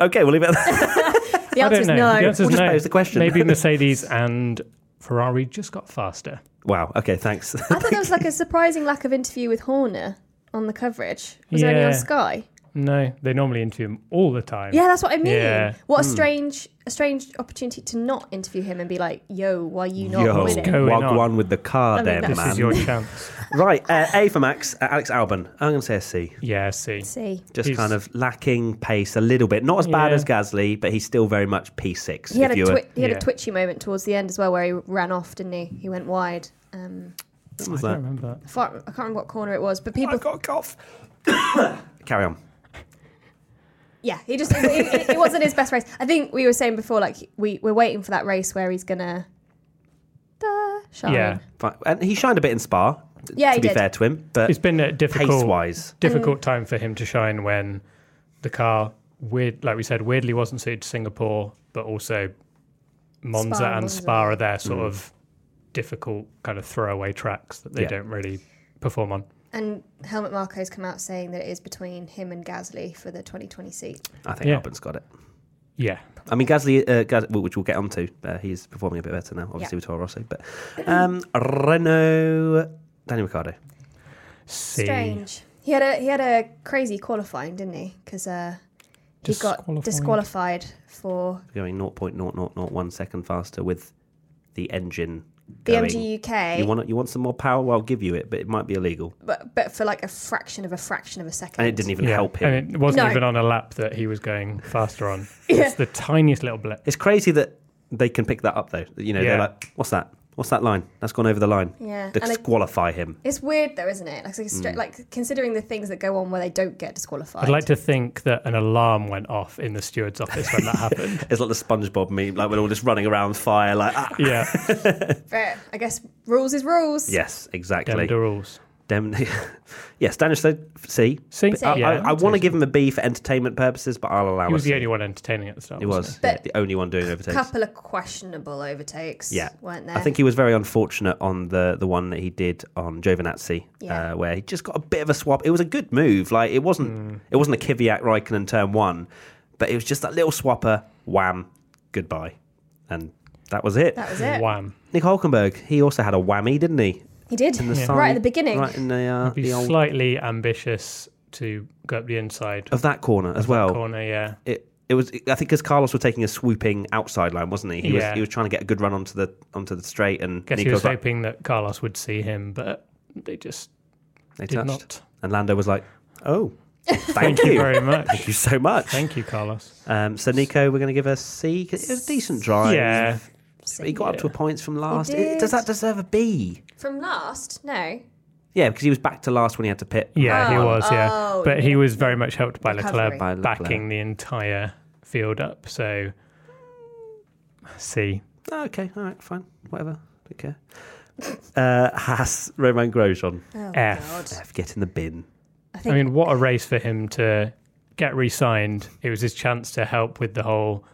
Okay, we'll leave it at that.
the
I
answer
don't
is
know.
no.
The answer
We'll
is
just
no.
pose the question.
Maybe Mercedes and Ferrari just got faster.
wow. Okay, thanks.
I thought there was like a surprising lack of interview with Horner on the coverage. Was it only on
Yeah.
Sky?
No, they normally interview him all the time.
Yeah, that's what I mean.
Yeah.
What a strange, a strange opportunity to not interview him and be like, "Yo, why you not
Yo,
winning?"
go. Going
wag
on.
one with the car
I mean,
there,
that's-
This
man.
is your chance.
right, uh, A for Max. Uh, Alex Albon. I'm going to say a C.
Yeah, see.
See,
Just
He's-
kind of lacking pace a little bit. Not as bad
Yeah.
as Gasly, but he's still very much P6.
he had
if
a
you were-
twi- he had
yeah.
a twitchy moment towards the end as well, where he ran off, didn't he? He went wide. Um,
What was
I
that?
don't remember that.
I can't I can't remember what corner it was, but people,
got a cough. Carry on.
yeah, he just it, it- it wasn't his best race. I think we were saying before, like we we're waiting for that race where he's gonna. Duh, shine.
Yeah.
Fine. And he shined a bit in Spa. t-
Yeah,
to
he
be
did.
fair to him, but
It's been a
pace
difficult
Mm.
wise,
difficult time for him to shine when the car weird, like we said, weirdly wasn't suited to Singapore, but also Monza
Spa and
and
Monza.
Spa are their
Mm.
sort of difficult kind of throwaway tracks that they
Yeah.
don't really perform on.
And Helmut Marco's come out saying that it is between him and Gasly for the 2020 seat.
I think
Yeah.
Albon's got it.
Yeah,
I mean, Gasly, uh, Gas- which we'll get onto, uh, he's performing a bit better now, obviously,
Yeah.
with Toro Rosso. But um, Renault, Daniel Ricciardo.
See.
Strange. He had a he had a crazy qualifying, didn't he? Because uh, he got
Disqualified.
disqualified for
going 0.0001 second faster with the engine.
the
going.
MG UK,
You want you want some more power? Well, I'll give you it, but it might be illegal.
but but for like a fraction of a fraction of a second.
And it didn't even
Yeah.
help him.
And it wasn't
No.
even on a lap that he was going faster on. It's the tiniest little blip.
it's crazy that they can pick that up, though. You know, they're
Yeah.
like, "What's that? What's that line? That's gone over the Mm. line."
Yeah, and it-
Disqualify him.
It's weird though, isn't it? Like, it's like, a stra- like considering the things that go on where they don't get disqualified.
I'd like to think that an alarm went off in the steward's office when that happened.
It's like the SpongeBob meme, like we're all just running around fire, like ah.
Yeah,
But I guess rules is rules.
yes,
Dem
exactly.
the rules.
Dem- yes, Daniel said C.
See,
But
C.
I,
yeah,
want to give him a B for entertainment purposes, but I'll allow
He was
it.
the only one entertaining at the start.
He
wasn't
was
But-
the only one doing
A
overtakes.
couple of questionable overtakes.
Yeah,
weren't there?
I think he was very unfortunate on the the one that he did on Giovinazzi,
Yeah.
uh, where he just got a bit of a swap. It was a good move. Like it wasn't
Mm.
it wasn't a Kvyat Raikkonen turn one, but it was just that little swapper. Wham, goodbye, and that was it.
that was
he?
it.
Wham.
Nick Hulkenberg, he also had a whammy, didn't he?
He did
In the side,
right at the beginning.
right in the, uh,
Be
the old,
slightly ambitious to go up the inside
of that corner as well.
corner, yeah.
It. It was, I think, because Carlos was taking a swooping outside line, wasn't he? He was,
Yeah.
he was trying to get a good run onto the onto the straight, and
Guess
Nico
he was
like,
hoping that Carlos would see him, but they just
they
did
touched,
not.
and Lando was like, "Oh,
Thank you very much.
Thank you so much.
Thank you, Carlos.
Um, so Nico, we're going to give a C. 'cause It was a decent drive.
Yeah,
But he got up to a points from last.
He
It- does
did.
that deserve a B?
From last, no.
Yeah, because he was back to last when he had to pit.
yeah, he
Oh,
was. Yeah,
oh,
but he was very much helped by
Recovery.
Leclerc
By Leclerc.
backing the entire field up. So, see,
Oh, okay, all right, fine, whatever. Don't care. Uh, Haas, Roman Grosjean.
Oh,
F.
God.
F, get in the bin.
Eh, I
I think
mean, what a race for him to get re-signed. It was his chance to help with the whole,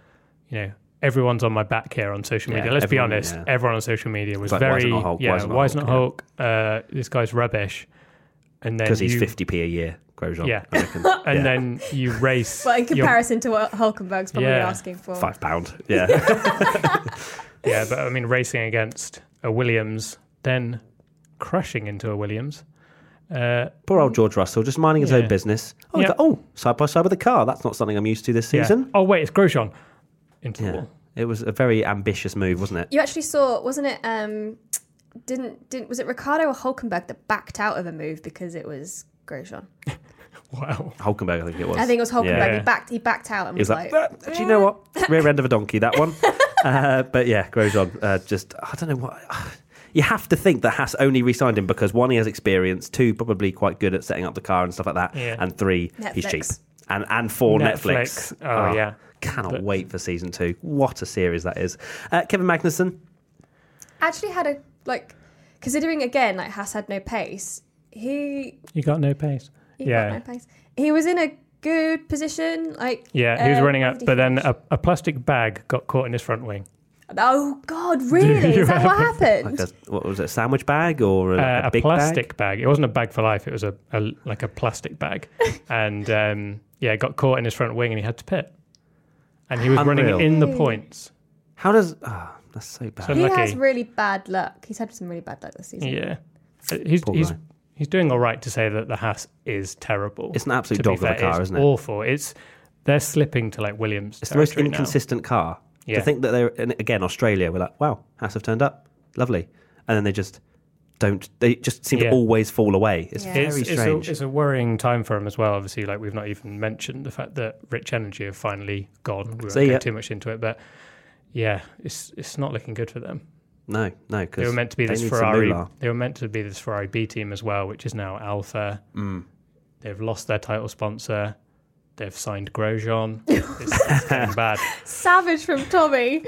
you know, everyone's on my back here on social
Yeah,
media. Let's
everyone-
be honest,
yeah.
everyone on social media was
It's like, why is it
very,
not Hulk? Why
yeah,
is it not
why is it not
Hulk?
Hulk? Uh, this guy's rubbish. And then
Because he's
you-
50p a year, Grosjean.
Yeah.
I reckon.
and
Yeah.
then you race.
Well, in
your-
comparison to what Hulkenberg's probably
Yeah.
asking for.
Five pound. Yeah.
yeah, but I mean, racing against a Williams, then crushing into a Williams. Uh,
Poor old George Russell, just minding his
Yeah.
own business. Oh,
Yeah.
he's like, oh, side by side with a car. That's not something I'm used to this
yeah.
season.
Oh wait, it's Grosjean. Into the
Yeah.
wall.
It was a very ambitious move, wasn't it?
You actually saw, wasn't it? Um, didn't didn't was it Ricardo or Hulkenberg that backed out of a move because it was Grosjean?
Wow.
Hulkenberg, I think it was.
I think it was Hulkenberg.
Yeah.
He backed he backed out and
He was
was,
like,
like, "Eh."
"Ah, do you know what? Rear end of a donkey, that one. uh, but yeah, Grosjean, uh, just, I don't know what. You have to think that Haas only re signed him because one, he has experience, two, probably quite good at setting up the car and stuff like that,
Yeah.
and three, he's
Netflix.
cheap. And, and four, Netflix. Ah.
Netflix. Oh, yeah.
Cannot
But-
wait for season two. What a series that is. Uh, Kevin Magnussen,
actually had a like considering again like Haas had no pace. He,
You got no pace.
he
yeah.
got no pace. He was in a good position. Like
Yeah, he was
uh,
running
where
up,
did he
but then
finish?
a, a plastic bag got caught in his front wing.
oh god, really? Is that what
like
happened?
a, what was it, a sandwich bag or a,
Uh,
a
a
big
plastic bag. It wasn't a bag for life. It was a, a like a plastic bag, and um, yeah, it got caught in his front wing, and he had to pit. And he was
Unreal.
running in the points.
bag? How does. ah, that's so bad.
So-
He
unlucky.
has really bad luck. He's had some really bad luck this season.
Yeah, Uh, he's
Poor
he's
guy.
he's doing all right to say that the Haas is terrible.
It's an absolute
To be
dog of a
fair,
car,
it's
isn't it?
Awful. It's they're slipping to like Williams.
It's the most
territory now.
inconsistent car.
Yeah.
To think that they're and again Australia, we're like, wow, Haas have turned up, lovely, and then they just don't. They just seem
Yeah.
to always fall away. It's
Yeah.
very
It's, it's, a,
strange.
it's a worrying time for him as well. Obviously, like we've not even mentioned the fact that Rich Energy have finally gone. We won't
See
go
ya.
too much into it, but yeah, it's it's not looking good for them.
no, no,
They
because
were meant to be
they
this
need some
Ferrari.
moolah.
They were meant to be this Ferrari B team as well, which is now Alpha.
Mm.
They've lost their title sponsor. They've signed Grosjean. it's, it's getting bad.
Savage from Tommy.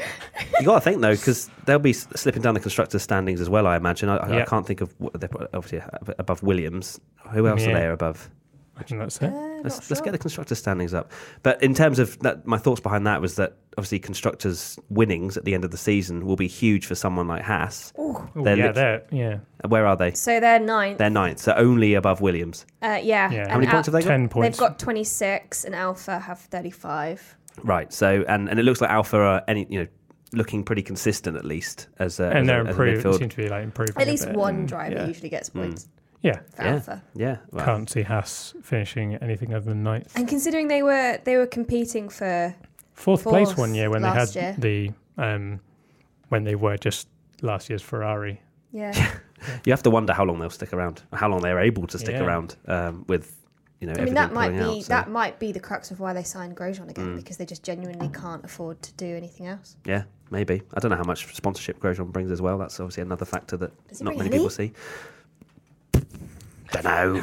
you got to think though, because they'll be s- slipping down the constructors' standings as well. I imagine. I, I, I
Yeah.
can't think of what they're pro- obviously ab- above Williams. Who else
Yeah.
are they above?
Uh,
I think that's it.
let's, let's get the constructors standings up. But in terms of that, my thoughts behind that was that obviously constructors winnings at the end of the season will be huge for someone like Haas.
Ooh,
They're
Oh, yeah,
lit-
they're, yeah.
Where are they?
So they're ninth.
They're ninth, so only above Williams.
uh, yeah.
Yeah.
And
How many
How many points have
Al-
they got?
10
They've
points.
got 26 and Alpha have 35.
Right. So and and it looks like Alpha are any you know looking pretty consistent at least as a, as
and
a-
they're
as a
improving.
midfield.
Seem to be like improving.
At
a
least
bit.
one
Mm,
driver
Yeah.
usually gets points
yeah.
for
yeah.
Alpha.
Yeah. Well,
Can't see Haas finishing anything other than ninth.
And considering they were they were competing for
Fourth, place
fourth
one year when they had
last
the um, when they were just last year's Ferrari.
yeah,
you have to wonder how long they'll stick around, how long they're able to stick
Yeah.
around um, with you know
I mean
everything
that might
pulling
be
out. so-
that might be the crux of why they signed Grosjean again because they just genuinely can't afford to do anything else.
Yeah, maybe. I don't know how much sponsorship Grosjean brings as well. That's obviously another factor that
Does he
not
bring
many
any?
people see. Don't know.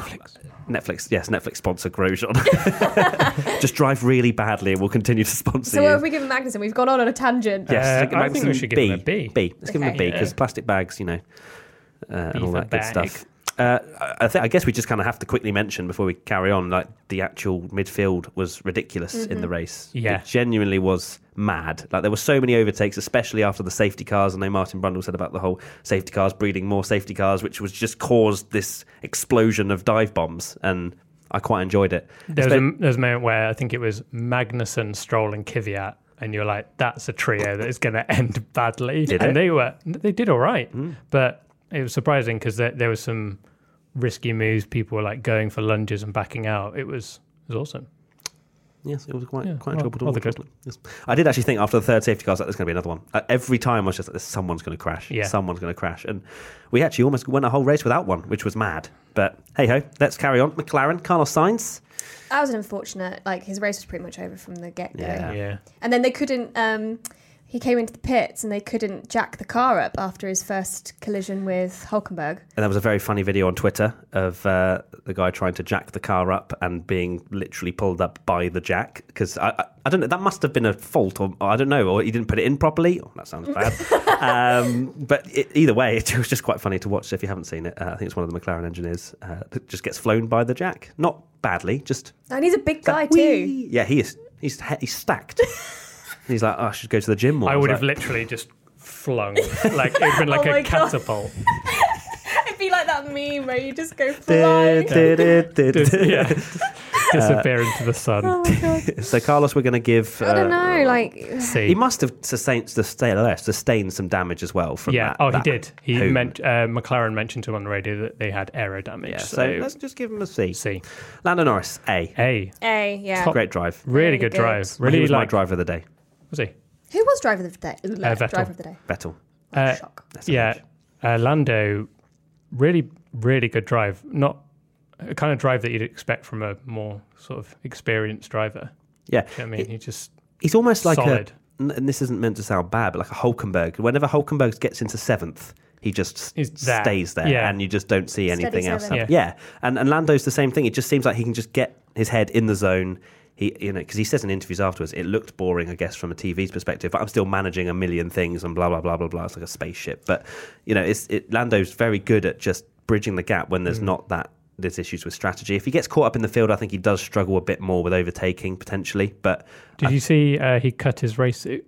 Netflix. yes, Netflix sponsor Grosjean. Just drive really badly and we'll continue to sponsor
So
you.
what have we given Magnussen? We've gone on on a tangent.
Yes,
Uh,
so give
I think we
Magnussen
should give him a B.
B. Let's give him a B
Okay.
because plastic bags, you know, uh, and
B
all
for
that good stuff. Uh, I, I thi- I guess we just kind of have to quickly mention before we carry on, like the actual midfield was ridiculous in the race.
Yeah.
It genuinely was mad. Like there were so many overtakes, especially after the safety cars. I know Martin Brundle said about the whole safety cars breeding more safety cars, which was just caused this explosion of dive bombs, and I quite enjoyed it.
There was,
Espe-
a, there was a moment where I think it was Magnussen, Stroll, and Kvyat, and you're like, that's a trio that is going to end badly.
Did it?
and
Hmm.
they were, they did all right, but it was surprising because there, there was some risky moves. People were like going for lunges and backing out. It was it was awesome.
Yes, it was quite
Yeah,
quite
well-
enjoyable to
well,
watch.
they're good.
wasn't it? Yes. I did actually think after the third safety car, I was like, there's going to be another one. Uh, every time I was just like, someone's going to crash.
Yeah.
Someone's going to crash. And we actually almost won a whole race without one, which was mad. But hey ho, let's carry on. McLaren, Carlos Sainz.
That was an unfortunate. Like his race was pretty much over from the get go,
Yeah.
Yeah.
and then they couldn't. Um, he came into the pits and they couldn't jack the car up after his first collision with
And
Hulkenberg.
there was a very funny video on Twitter of uh, the guy trying to jack the car up and being literally pulled up by the jack. Because I, I, I don't know, that must have been a fault, or, or I don't know, or he didn't put it in properly. Oh, that sounds bad. um, but it, either way, it was just quite funny to watch. If you haven't seen it, uh, I think it's one of the McLaren engineers uh, that just gets flown by the jack. Not badly, just.
And he's a big guy
that
too.
wee- Yeah, he is. He's, he- he's stacked. he's like, oh, I should go to the gym more.
I
was
would
like,
have literally just flung, like, it would have been like
Oh my
a
God.
catapult.
It'd be like that meme where you just go
"Du-
flying.
du- du- du-
Just,
du."
yeah. Disappear into the
Oh
sun.
So, Carlos, we're going to give.
I don't
uh,
know, like
See.
He must have sustained, sustained, uh, sustained some damage as well from
yeah.
that.
oh,
that
he did. He
home.
meant uh, McLaren mentioned to him on the radio that they had aero damage.
Yeah, so,
so,
let's just give him a C.
see,
Lando Norris, A.
a
A, yeah.
Top-
Great drive.
really,
Really
good,
good.
drive.
Really
Really
was my
like
driver of the day.
was he?
Who was driver of the day?
Vettel.
driver of the day.
Uh, Vettel.
Uh,
Shock.
That's a
yeah,
finish.
uh, Lando, really, really good drive. Not a kind of drive that you'd expect from a more sort of experienced driver.
Yeah.
Do you know what I mean, he just
He's almost like
Solid.
a. n- And this isn't meant to sound bad, but like a Hulkenberg. Whenever Hulkenberg gets into seventh, he just
He's there.
stays there,
Yeah.
and you just don't see
Steady
anything else.
seven.
happen. Yeah. and and Lando's the same thing. It just seems like he can just get his head in the zone. He, you know, because he says in interviews afterwards, it looked boring, I guess, from a TV's perspective. But I'm still managing a million things and blah blah blah blah blah. It's like a spaceship, but you know, it's it, Lando's very good at just bridging the gap when
Mm.
there's not that there's issues with strategy. If he gets caught up in the field, I think he does struggle a bit more with overtaking potentially. But
did. You see, uh, he cut his race suit.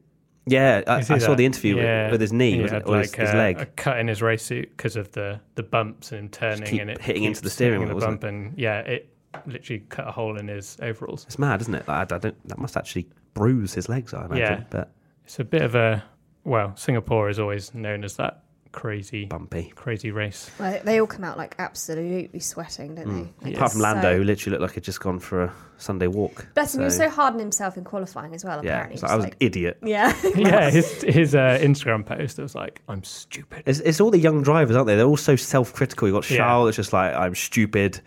yeah, I, I
You see
saw
that?
the interview with-
Yeah.
with, his knee
He
wasn't
had
it? or his,
like
his
a-
leg.
A cut in his race suit because of the, the bumps and him turning
keep
and it
hitting into the
keeps
steering
hitting
wheel,
the
wasn't
bump and yeah, it literally cut a hole in his overalls.
it's mad, isn't it? Like, I, I don't. That must actually bruise his legs. I imagine.
Yeah.
But
It's a bit of a well, Singapore is always known as that crazy
bumpy.
crazy race.
Well, they all come out like absolutely sweating, don't they? Like,
Mm, Apart from
it's
Lando,
So,
who literally looked like he'd just gone for a Sunday walk.
bless him, he was so hard on himself in qualifying as well,
yeah,
apparently.
it's like,
Just
I was
like-
an idiot.
yeah.
yeah, his his uh, Instagram post it was like, "I'm stupid."
It's, it's all the young drivers, aren't they? They're all so self-critical. You got
Yeah.
Charles, it's just like I'm stupid.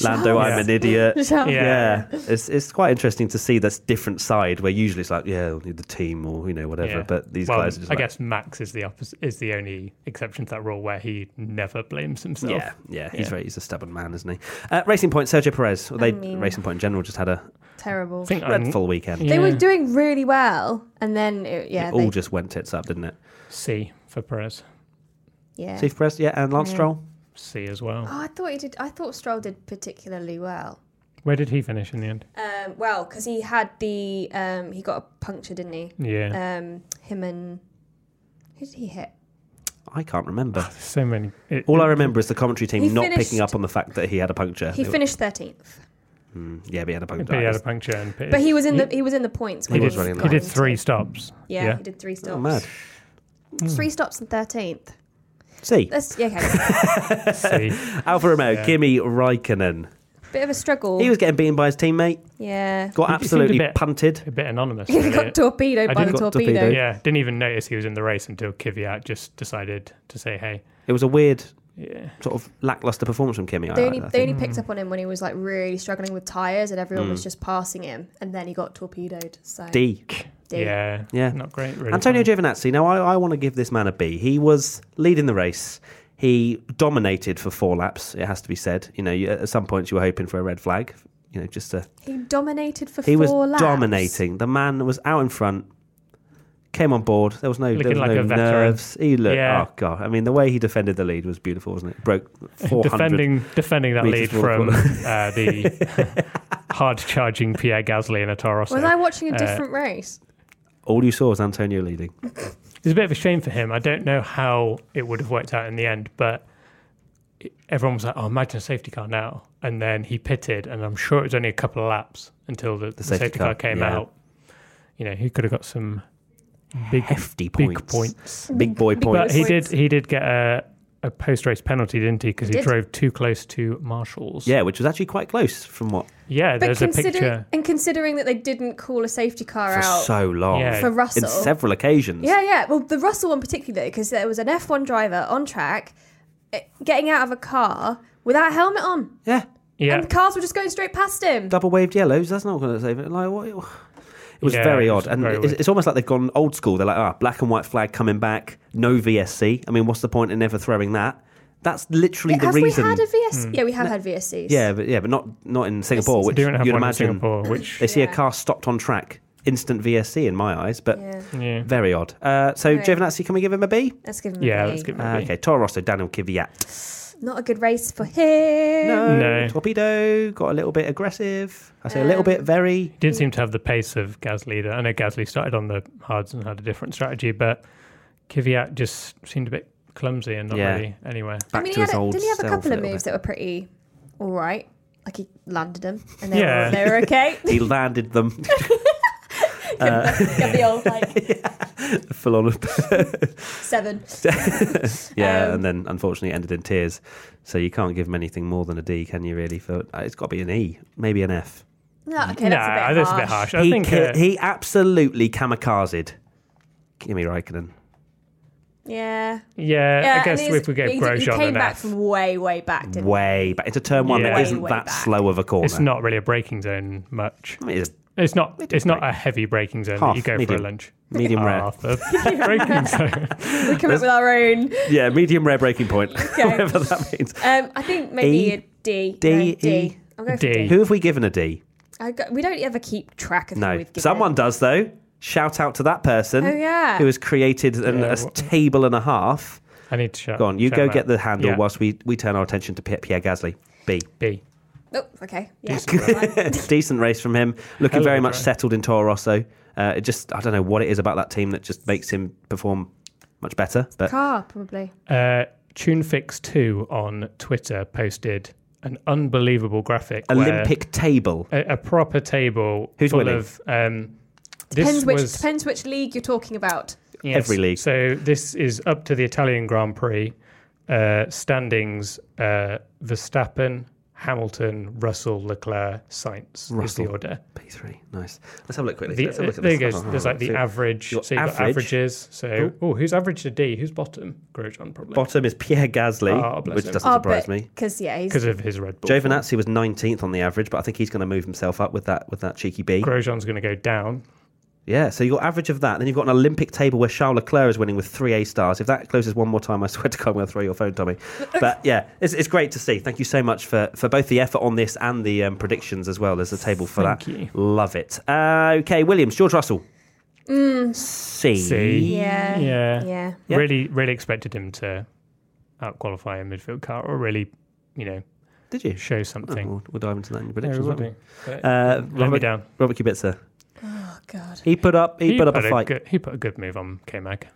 Lando, I'm
Yeah.
an idiot.
Charles.
Yeah, it's it's quite interesting to see this different side where usually it's like, yeah, we'll need the team or you know whatever.
Yeah.
But these
well,
guys, are just
I
like,
guess Max is the opposite, is the only exception to that rule where he never blames himself.
Yeah, yeah, he's
Yeah.
very he's a stubborn man, isn't he? Uh, Racing Point, Sergio Perez. Well, they
mean-
Racing Point in general just had a
Terrible.
I think I'm
dreadful weekend.
They were
Yeah.
doing really well, and then it, yeah,
it all
they,
just went tits up, didn't it?
C for Perez,
yeah.
Steve Perez, yeah, and Lance
Yeah.
Stroll.
C as well.
Oh, I thought he did. I thought Stroll did particularly well.
Where did he finish in the end?
Um, well, because he had the um, he got a puncture, didn't he?
Yeah.
Um, him and who did he hit?
I can't remember.
so many. it-
All I
it-
remember is the commentary team
He
not
finished-
picking up on the fact that he had a puncture.
He
They were-
finished thirteenth,
Mm, yeah, but he had a puncture.
But he had a puncture. And
but he was in the he was in the points. when
was
got
running
He did
into-
three stops.
Yeah,
yeah.
he did three stops.
oh, mad. Hmm.
Three stops in thirteenth.
See,
That's yeah, okay.
See,
Alfa Romeo,
Yeah.
Kimi Raikkonen.
Bit of a struggle.
He was getting beaten by his teammate, got
yeah.
He seemed a
absolutely
bit-
punted.
a bit anonymous.
He
really.
got torpedoed
I
by the
did
got
torpedo.
torpedoed.
yeah, didn't even notice he was in the race until Kvyat just decided to say, "Hey,
It was a weird
yeah,
sort of lackluster performance from Kimi. I
They
like
only,
that, I
they
think. Hmm.
only picked up on him when he was like really struggling with tires and everyone was just passing him, and then he got torpedoed. So
D.
D.
yeah,
Yeah.
not great." Really
Antonio
Fine.
Giovinazzi. Now, I, I want to give this man a B. He was leading the race. He dominated for four laps. It has to be said. You know, you, at some points you were hoping for a red flag. You know, just a
he dominated for
he
four
was
laps.
dominating. The man was out in front. Came on board. There was no, there
Looking
was
like
no
a veteran.
nerves. He looked.
Yeah.
Oh god! I mean, the way he defended the lead was beautiful, wasn't it? Broke four hundred.
defending defending that
meters
lead
for the
from uh, the hard charging Pierre Gasly in a Toro Rosso.
Was I watching a
uh,
different race?
All you saw was Antonio leading.
It's a bit of a shame for him. I don't know how it would have worked out in the end, but it- everyone was like, "Oh, imagine a safety car now!" And then he pitted, and I'm sure it was only a couple of laps until the, the, safety, car, came
yeah.
out. You know, he could have got some big
Hefty
big
points.
points.
Big boy
But
points.
he did
points.
he did get a, a post race penalty, didn't he? Because
He
he,
did.
drove too close to Marshalls.
yeah, which was actually quite close from what
yeah.
But
There's a
considering
picture.
and considering that they didn't call a safety car
for
out
so long.
Yeah.
for Russell,
In several occasions.
Yeah, yeah. Well, the Russell one particularly, because there was an F1 driver on track eh, getting out of a car without a helmet on,
Yeah.
Yeah,
and cars were just going straight past him.
double waved yellows. That's not going to save it. Like what? It was
Yeah,
very
it
odd,
was
and
very
it's,
weird.
it's almost like they've gone old school. They're like, ah, black and white flag coming back, no VSC. I mean, what's the point in ever throwing that? That's literally
Have
the
we
reason. Hmm.
had a VS? Yeah, we have had VSCs.
yeah, but yeah, but not not in Singapore, which
they don't have
you'd
one in
imagine.
Singapore, which
They see
Yeah.
a car stopped on track, instant VSC in my eyes, but
Yeah.
yeah,
very odd. Uh, so
Right.
Giovinazzi, can we give him a B?
Let's give him
yeah.
a B.
Let's give him
Uh,
a B.
okay, Toro Rosso, Daniel Kvyat.
Not a good race for him.
No,
No.
torpedo got a little bit aggressive. I say a little
Um,
bit, very.
Didn't seem to have the pace of Gasly. though. I know Gasly started on the hards and had a different strategy, but Kvyat just seemed a bit clumsy and not
Yeah.
really anywhere.
Back
I mean,
to
he
his
had a,
old
did he have a
self
couple of
little bit.
moves that were pretty all right? Like he landed them, and they,
Yeah.
were, they were okay.
he landed them Uh.
Got the old like
full on.
seven.
yeah,
Um,
and then unfortunately it ended in tears. So you can't give him anything more than a D, can you? Really? For uh, it's got to be an E, maybe an F.
No, okay, that's, a
nah,
bit
that's a
harsh.
bit harsh. I
he
think
ki-
uh,
he absolutely kamikazed Kimi Raikkonen.
Yeah,
yeah, I
Yeah,
guess
and he's-
if we get
he-
Grosjean,
he came
an
back
F.
from way, way back, didn't
Way back into turn one.
Yeah.
That
Way,
isn't
way
that
back.
slow of a corner.
it's not really a braking zone much.
I mean, it's
It's not.
Medium
It's not
break.
a heavy braking zone.
Half,
that you go
medium.
for a lunch.
medium rare.
Half a braking zone.
we? We come up with our own.
Yeah, medium rare breaking point.
Okay.
Whatever that means.
Um, I think maybe
E.
a D.
D,
No, D.
E.
I'll go for
D.
D.
Who have we given a D?
I go, we don't ever keep track of who
No,
we've given.
someone does though. Shout out to that person
Oh, yeah.
who has created an,
Yeah,
a
what-
table and a half.
I need to shut.
Go on, you
shut
go
him
get
out.
the handle
Yeah,
whilst we, we turn our attention to Pierre, Pierre Gasly. B.
B.
Oh, okay. Yeah.
Decent race from him. Looking
Hell of
very
a
much
drive.
settled in Toro Rosso. Uh, it just, I don't know what it is about that team that just makes him perform much better. But
Car probably.
Uh, TuneFix2 on Twitter posted an unbelievable graphic. where
Olympic table.
a, a proper table
Who's
full
winning?
of um this
Depends which
was-
depends which league you're talking about.
yes.
every league.
So this is up to the Italian Grand Prix uh, standings: uh, Verstappen, Hamilton, Russell, Leclerc, Sainz is the
Russell.
order.
P3. Nice. Let's have a look quickly.
The,
Let's have a look at
there you
this.
go.
Oh,
There's like the
so
average.
your
So you've got
average-
averages. So oh, who's average to D? Who's bottom? Grosjean probably
Bottom is Pierre Gasly,
Oh, bless
which
him.
doesn't surprise me.
Because yeah, he's
because of his Red Bull.
Giovinazzi was 19th on the average, but I think he's going to move himself up with that with that cheeky B.
Grosjean's going to go down.
Yeah, so you've got average of that. Then you've got an Olympic table where Charles Leclerc is winning with three A stars. If that closes one more time, I swear to God, I'm going to throw your phone, Tommy. But yeah, it's, it's great to see. Thank you so much for, for both the effort on this and the um, predictions as well. There's a table for that.
Thank
Love it. Uh, okay, Williams, George Russell. C. E.
C.
Mm,
Yeah.
yeah, yeah.
Yeah.
Really, really expected him to outqualify a midfield car or really, you know,
Did you?
show
Oh,
something.
we'll, we'll dive into that in your
Yeah,
predictions.
we'll
won't we?
do. But
Uh,
let me
Robert,
down.
Robert Kubica.
Oh God.
He put up. He, put up a fight.
Good, he put a good move on K Mag.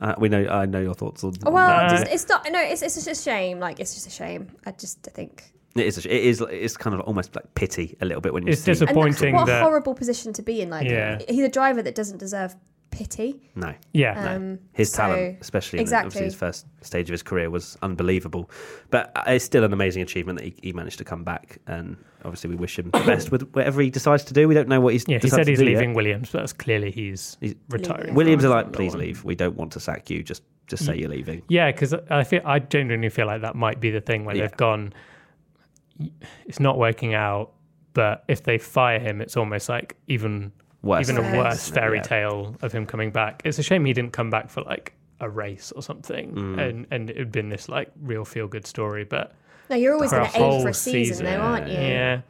Uh, we know. I know your thoughts on.
Oh,
on
well,
that.
Uh,
just, it's not. No, it's it's just a shame. Like it's just a shame. I just I think.
it is. It is. It's kind of almost like pity a little bit when you
It's
see.
disappointing.
And that's-
Pointing
what a
that-
horrible position to be in. Like
Yeah.
he's a driver that doesn't deserve pity.
no,
Yeah.
no.
Um,
his
so-
talent, especially in the- obviously
Exactly.
his first stage of his career, was unbelievable. But uh, it's still an amazing achievement that he, he managed to come back. And obviously, we wish him the best with whatever he decides to do. We don't know what he's.
Yeah, he
decides
said
to
he's
do yet.
leaving Williams, but that's clearly he's,
He's-
retiring.
Williams are
from
like,
Formula
please
One."
leave. We don't want to sack you. Just, just
Mm.
say you're leaving.
Yeah, because I feel I genuinely feel like that might be the thing where
Yeah.
they've gone. It's not working out, but if they fire him, it's almost like even
Worse
even
than
a
it,
worse
isn't it?
fairy
Yeah.
tale of him coming back. It's a shame he didn't come back for like a race or something,
Mm.
and and it'd been this like real feel good story. But
No, you're always
For a
in the aim
whole
for a season,
season.
though, aren't you?
yeah,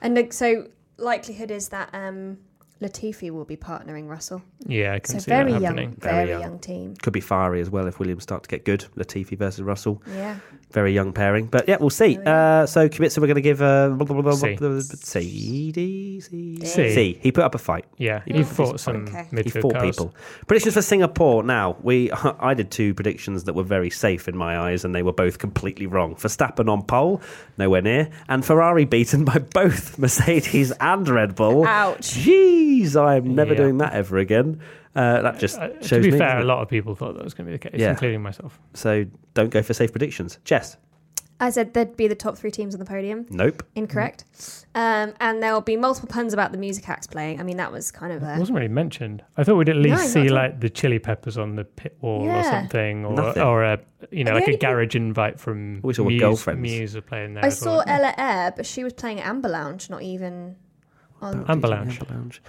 And like, so likelihood is that um, Latifi will be partnering Russell.
yeah, I can
So
see
very
that
young,
happening.
Very
very,
young.
young. team.
Could be fiery as well if Williams start to get good. Latifi versus Russell.
Yeah.
Very young pairing. But yeah, we'll see. Uh, so Kubica, we're going to give uh, blah, blah, blah,
C.
blah, C, D, C,
C.
C. He put up a fight.
Yeah, he fought some
Okay. He
He
midfield
fought
cars.
people. Predictions for Singapore. Now we, I did two predictions that were very safe in my eyes, and they were both completely wrong. Verstappen on pole, nowhere near, and Ferrari beaten by both Mercedes and Red Bull.
Ah. Ouch.
Jeez, I am never
Yeah.
doing that ever again. Uh, that just
Uh,
shows
to be
me,
fair,
doesn't
a
it?
lot of people thought that was going to be the case,
Yeah.
including myself.
So don't go for safe predictions. Jess,
I said they'd be the top three teams on the podium.
nope.
Incorrect. Um, and there'll be multiple puns about the music acts playing. I mean, that was kind of
It
a.
wasn't really mentioned. I thought we'd at least
No, not
see
at all.
like the chili peppers on the pit wall or
Yeah.
something, or
Nothing.
or a you know
And the
like a
only thing-
garage invite from
We saw what
Muse,
girlfriends.
Muse are playing there.
I
as
saw
well.
Ella Air, but she was playing at Amber Lounge, not even on.
Amber Lounge.
Amber Lounge.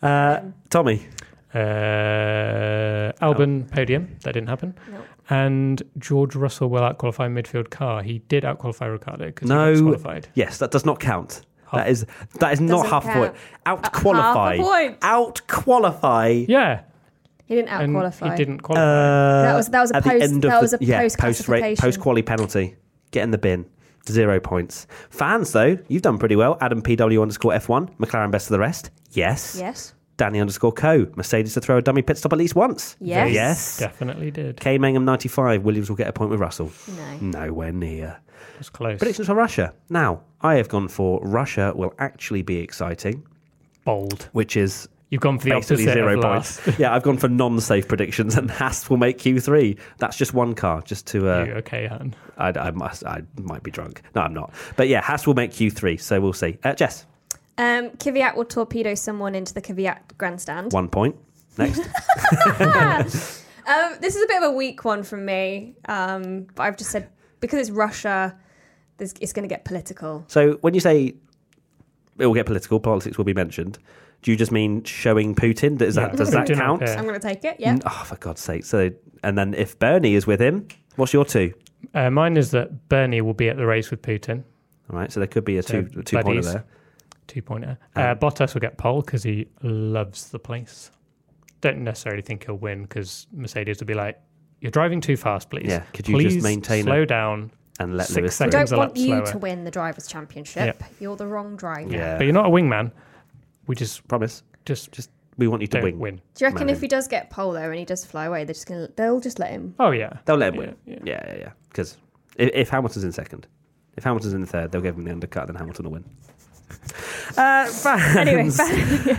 Uh, Tommy,
uh, Albon podium. That didn't happen.
No.
And George Russell will outqualify midfield car. He did outqualify Ricardo because
No.
he got disqualified.
yes, that does not count.
Oh.
That is that is not
Doesn't
half a point.
count. Uh,
Out
half a
qualify.
point.
Out qualify.
Yeah,
He didn't out
and
qualify.
he didn't
Uh,
qualify.
That
was- that was a post- that was a post classification.
post quality penalty. Get in the bin. Zero points. Fans though, you've done pretty well. Adam PW underscore F one. McLaren best of the rest. Yes.
Yes.
Danny underscore Co. Mercedes to throw a dummy pit stop at least once.
Yes.
Yes.
definitely did.
K Mangham ninety five. Williams will get a point with Russell.
No.
Nowhere near.
It was close.
Predictions for Russia. Now, I have gone for Russia will actually be exciting,
bold.
which is
You've gone for the
basically
opposite
zero
of
points.
last.
yeah, I've gone for non-safe predictions, and Haas will make Q3. That's just one car, just to. Uh,
You okay, Han?
I, I must. I might be drunk. No, I'm not. But yeah, Haas will make Q3, so we'll see. Uh, Jess,
Um, Kvyat will torpedo someone into the Kvyat grandstand.
one point. Next,
Um, this is a bit of a weak one from me, um, but I've just said because it's Russia, there's, it's going to get political.
so when you say it will get political, politics will be mentioned. Do you just mean showing Putin? Does that
Yeah.
does that
Putin up
count?
here.
I'm going to take it. Yeah.
Oh, for God's sake! So, and then if Bernie is with him, what's your two?
Uh, mine is that Bernie will be at the race with Putin.
All right, so there could be a
So,
two two pointer
buddies.
there.
two pointer.
Oh.
Uh, Bottas will get pole because he loves the place. Don't necessarily think he'll win because Mercedes will be like, "You're driving too fast, please.
Yeah, could you just
Please
maintain
slow
it?"
down."
and let
Six
Lewis
I
through.
seconds.
don't
Things a lot
want you
slower.
to win the drivers' championship. You're the wrong driver.
Yeah.
But you're not a wingman. We just
Promise.
just
Just we want you to
don't
win.
win.
Do you reckon
Man.
if he does get pole though and he does fly away, they're just going to they'll just let him?
Oh yeah,
They'll let him
Yeah,
win. Yeah,
yeah.
yeah, yeah. Because if, if Hamilton's in second, if Hamilton's in third, they'll give him the undercut, then Hamilton will win. Uh, fans.
Anyway,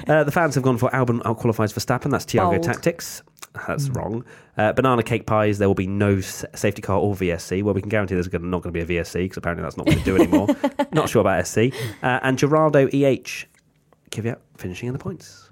uh, the fans have gone for Albon outqualifies Verstappen. That's Tiago
Bold. Hmm.
tactics. That's wrong. Uh, banana cake pies. There will be no s- safety car or VSC. Well, we can guarantee there's gonna, not going to be a VSC because apparently that's not what they do anymore. not sure about SC. Uh, and Gerardo EH Kvyat finishing in the points.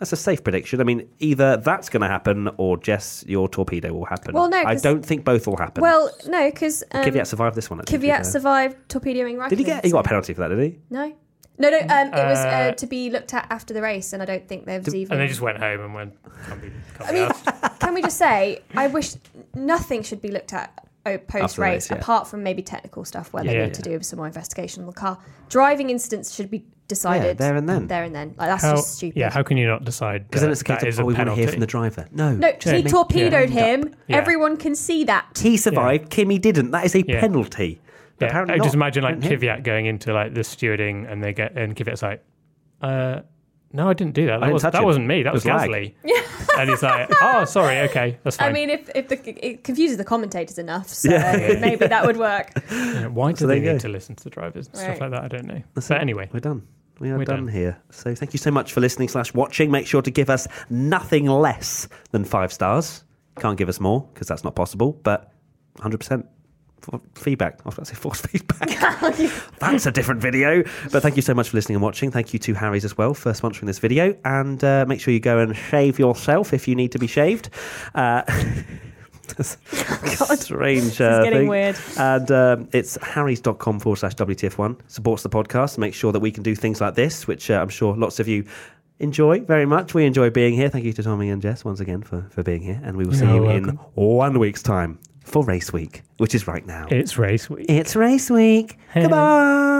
That's a safe prediction. I mean, either that's going to happen or Jess, your torpedo will happen.
Well, no,
I
'cause-
don't think both will happen.
Well, no, because um,
Kvyat survived this one. I think,
Kvyat
uh,
survived torpedoing Raikkonen.
Did he get? He got a penalty for that, did he?
No, no, no. Um, it was uh,
Uh,
to be looked at after the race, and I don't think there was even.
and they just went home and went. Can't be, can't
I
be
mean,
asked.
can we just say I wish nothing should be looked at post
After the race,
race
yeah.
apart from maybe technical stuff where they
Yeah.
need to do some more investigation on the car. Driving incidents should be decided
Yeah, there and then.
There and then. Like that's
How-
just stupid.
yeah, how can you not decide?
Because then it's a
that
case
is
of, oh, we want to
penalty?
hear from the driver. No,
no,
just
he
make-
torpedoed him.
Yeah.
Everyone can see that.
He survived. Kimmy didn't. That is a
Yeah.
penalty.
Yeah,
Apparently
I
not.
just imagine like
Apparently-
Kvyat going into like the stewarding and they get and Kvyat's like, uh, no, I didn't do that. That,
didn't
was,
touch
that
it.
wasn't me.
It
That was
was lag."
Gasly. and he's like, oh, sorry. Okay, that's fine.
I mean, if, if the, it confuses the commentators enough, so
Yeah.
maybe that would work.
You know, why do
So
they
there you
need
go.
to listen to the drivers and
Right.
stuff like that? I don't know.
That's
but
it.
anyway,
We're done. We are
We're
done,
done.
here. So thank you so much for listening slash watching. Make sure to give us nothing less than five stars. Can't give us more because that's not possible. But 100 percent feedback. I was going to say force feedback. that's a different video. But thank you so much for listening and watching. Thank you to Harry's as well for sponsoring this video. And uh, make sure you go and shave yourself if you need to be shaved. Uh, strange uh,
getting
thing.
weird.
And um, it's harrys.com forward slash WTF1. Supports the podcast, makes sure that we can do things like this, which uh, I'm sure lots of you enjoy very much. We enjoy being here. Thank you to Tommy and Jess once again for, for being here. And we will see
You're
you in
welcome.
one week's time for race week, which is right now.
it's race week.
It's race week.
Hey.
Goodbye.